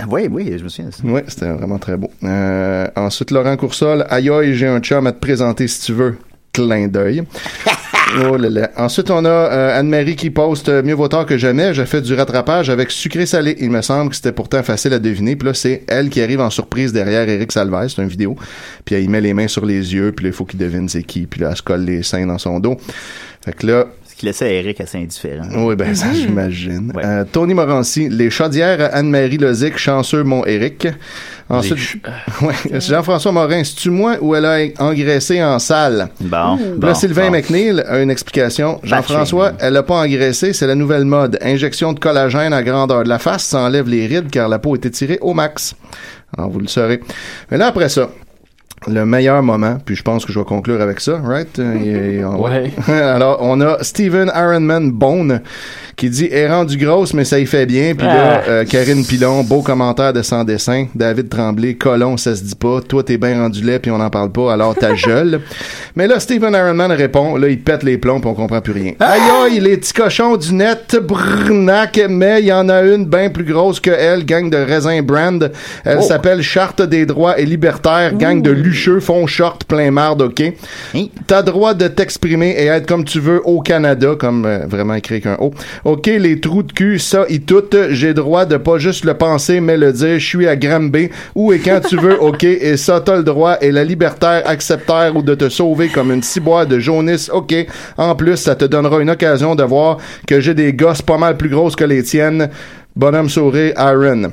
Speaker 5: Oui, oui, je me souviens.
Speaker 3: Oui, c'était vraiment très beau. Euh, ensuite, Laurent Coursol, aïe aïe, j'ai un chum à te présenter si tu veux. Clin d'œil. Oh là là. Ensuite, on a euh, Anne-Marie qui poste euh, Mieux vaut tard que jamais. J'ai fait du rattrapage avec sucré-salé. Il me semble que c'était pourtant facile à deviner. Puis là, c'est elle qui arrive en surprise derrière Eric Salvez. C'est une vidéo. Puis elle, il met les mains sur les yeux. Puis là, il faut qu'il devine c'est qui. Puis là, elle se colle les seins dans son dos. Fait que là,
Speaker 5: Ce qui laissait Eric assez indifférent.
Speaker 3: oui, ben ça,
Speaker 5: Mhm.
Speaker 3: j'imagine. Euh, Tony Morancy, les chaudières à Anne-Marie Lozic, chanceux mon Eric. Ensuite, ouais, Jean-François Morin, c'est-tu moi ou elle a engraissé en salle?
Speaker 5: Bon.
Speaker 3: Là,
Speaker 5: bon,
Speaker 3: Sylvain
Speaker 5: bon.
Speaker 3: McNeil a une explication. Jean-François, elle n'a pas engraissé, c'est la nouvelle mode. Injection de collagène à grandeur de la face, ça enlève les rides car la peau est étirée au max. Alors, vous le saurez. Mais là, après ça, le meilleur moment, puis je pense que je vais conclure avec ça, right? Euh, et- et on-
Speaker 8: Ouais.
Speaker 3: Alors, on a Steven Ironman Bone qui dit « est rendu grosse, mais ça y fait bien ». Puis là,
Speaker 8: Ah.
Speaker 3: euh, Karine Pilon, beau commentaire de Sans Dessin. David Tremblay, colon, ça se dit pas. Toi, t'es bien rendu laid, puis on n'en parle pas, alors ta gueule. Mais là, Steven Ironman répond. Là, il pète les plombs, puis on comprend plus rien. Aïe aïe, les petits cochons du net, brnac, mais il y en a une bien plus grosse que elle, gang de raisin brand. Elle
Speaker 5: Oh.
Speaker 3: s'appelle Charte des droits et libertaires, gang de lucheux, font short, plein marde, ok? T'as droit de t'exprimer et être comme tu veux au Canada, comme euh, vraiment écrit qu'un O. Ok, les trous de cul, ça, y tout, j'ai droit de pas juste le penser, mais le dire, je suis à Granby, où et quand tu veux, ok, et ça, t'as le droit, et la libertaire, acceptaire ou de te sauver comme une ciboire de jaunisse, ok. En plus, ça te donnera une occasion de voir que j'ai des gosses pas mal plus grosses que les tiennes. Bonhomme sourire, Aaron.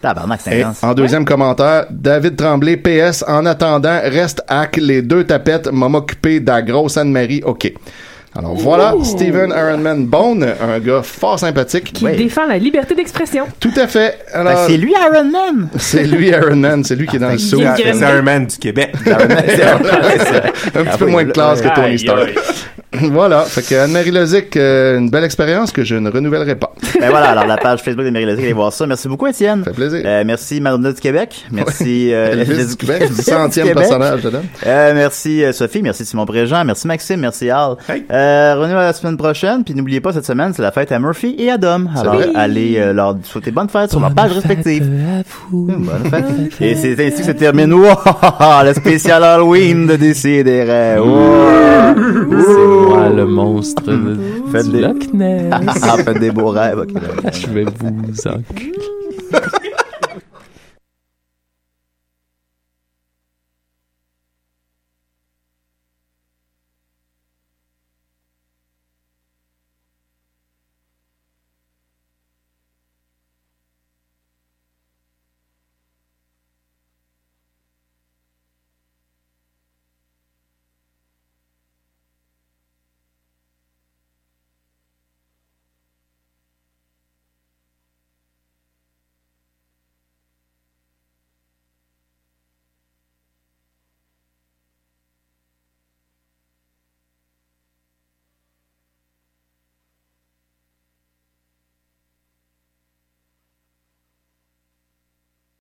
Speaker 5: Tabarnak, c'est
Speaker 3: Et
Speaker 5: intense.
Speaker 3: en deuxième commentaire, David Tremblay, PS, en attendant, reste hack les deux tapettes, m'a m'occupé de la grosse Anne-Marie, ok. Alors voilà,
Speaker 6: Ouh.
Speaker 3: Steven Ironman Bone, un gars fort sympathique.
Speaker 6: Qui défend la liberté d'expression.
Speaker 3: Tout à fait. Alors-
Speaker 5: Fait que Ben, c'est lui, Iron Man.
Speaker 3: C'est lui, Iron Man, c'est lui qui est dans le saut.
Speaker 9: C'est c'est Iron Man du Québec.
Speaker 3: un petit peu moins de classe que Tony Stark. voilà, fait que Anne-Marie Lozic, euh, une belle expérience que je ne renouvellerai pas.
Speaker 5: Ben voilà, alors la page Facebook de Mairie Lozic, allez voir ça. Merci beaucoup, Étienne. Ça fait
Speaker 3: plaisir.
Speaker 5: merci, Madonna du Québec. Merci, euh,
Speaker 3: Elvis
Speaker 5: Elvis
Speaker 3: du Québec,
Speaker 5: Elvis
Speaker 3: centième
Speaker 5: du Québec.
Speaker 3: personnage, je donne.
Speaker 5: Euh, merci, euh, Sophie. Merci, Simon Préjean. Merci, Maxime. Merci, Al. Euh, revenez la semaine prochaine. Puis n'oubliez pas, cette semaine, c'est la fête à Murphy et à Dom. Alors,
Speaker 8: vrai.
Speaker 5: allez euh, leur souhaiter bonne fête sur leur page respective. Mmh, Bonne fête. Et c'est ainsi que se termine wow, le spécial Halloween de Décideret.
Speaker 8: C'est moi le monstre de
Speaker 5: Faites
Speaker 8: du
Speaker 5: des...
Speaker 8: Loch Ness.
Speaker 5: Ah, faites des beaux rêves. ok.
Speaker 8: Je vais vous enculer.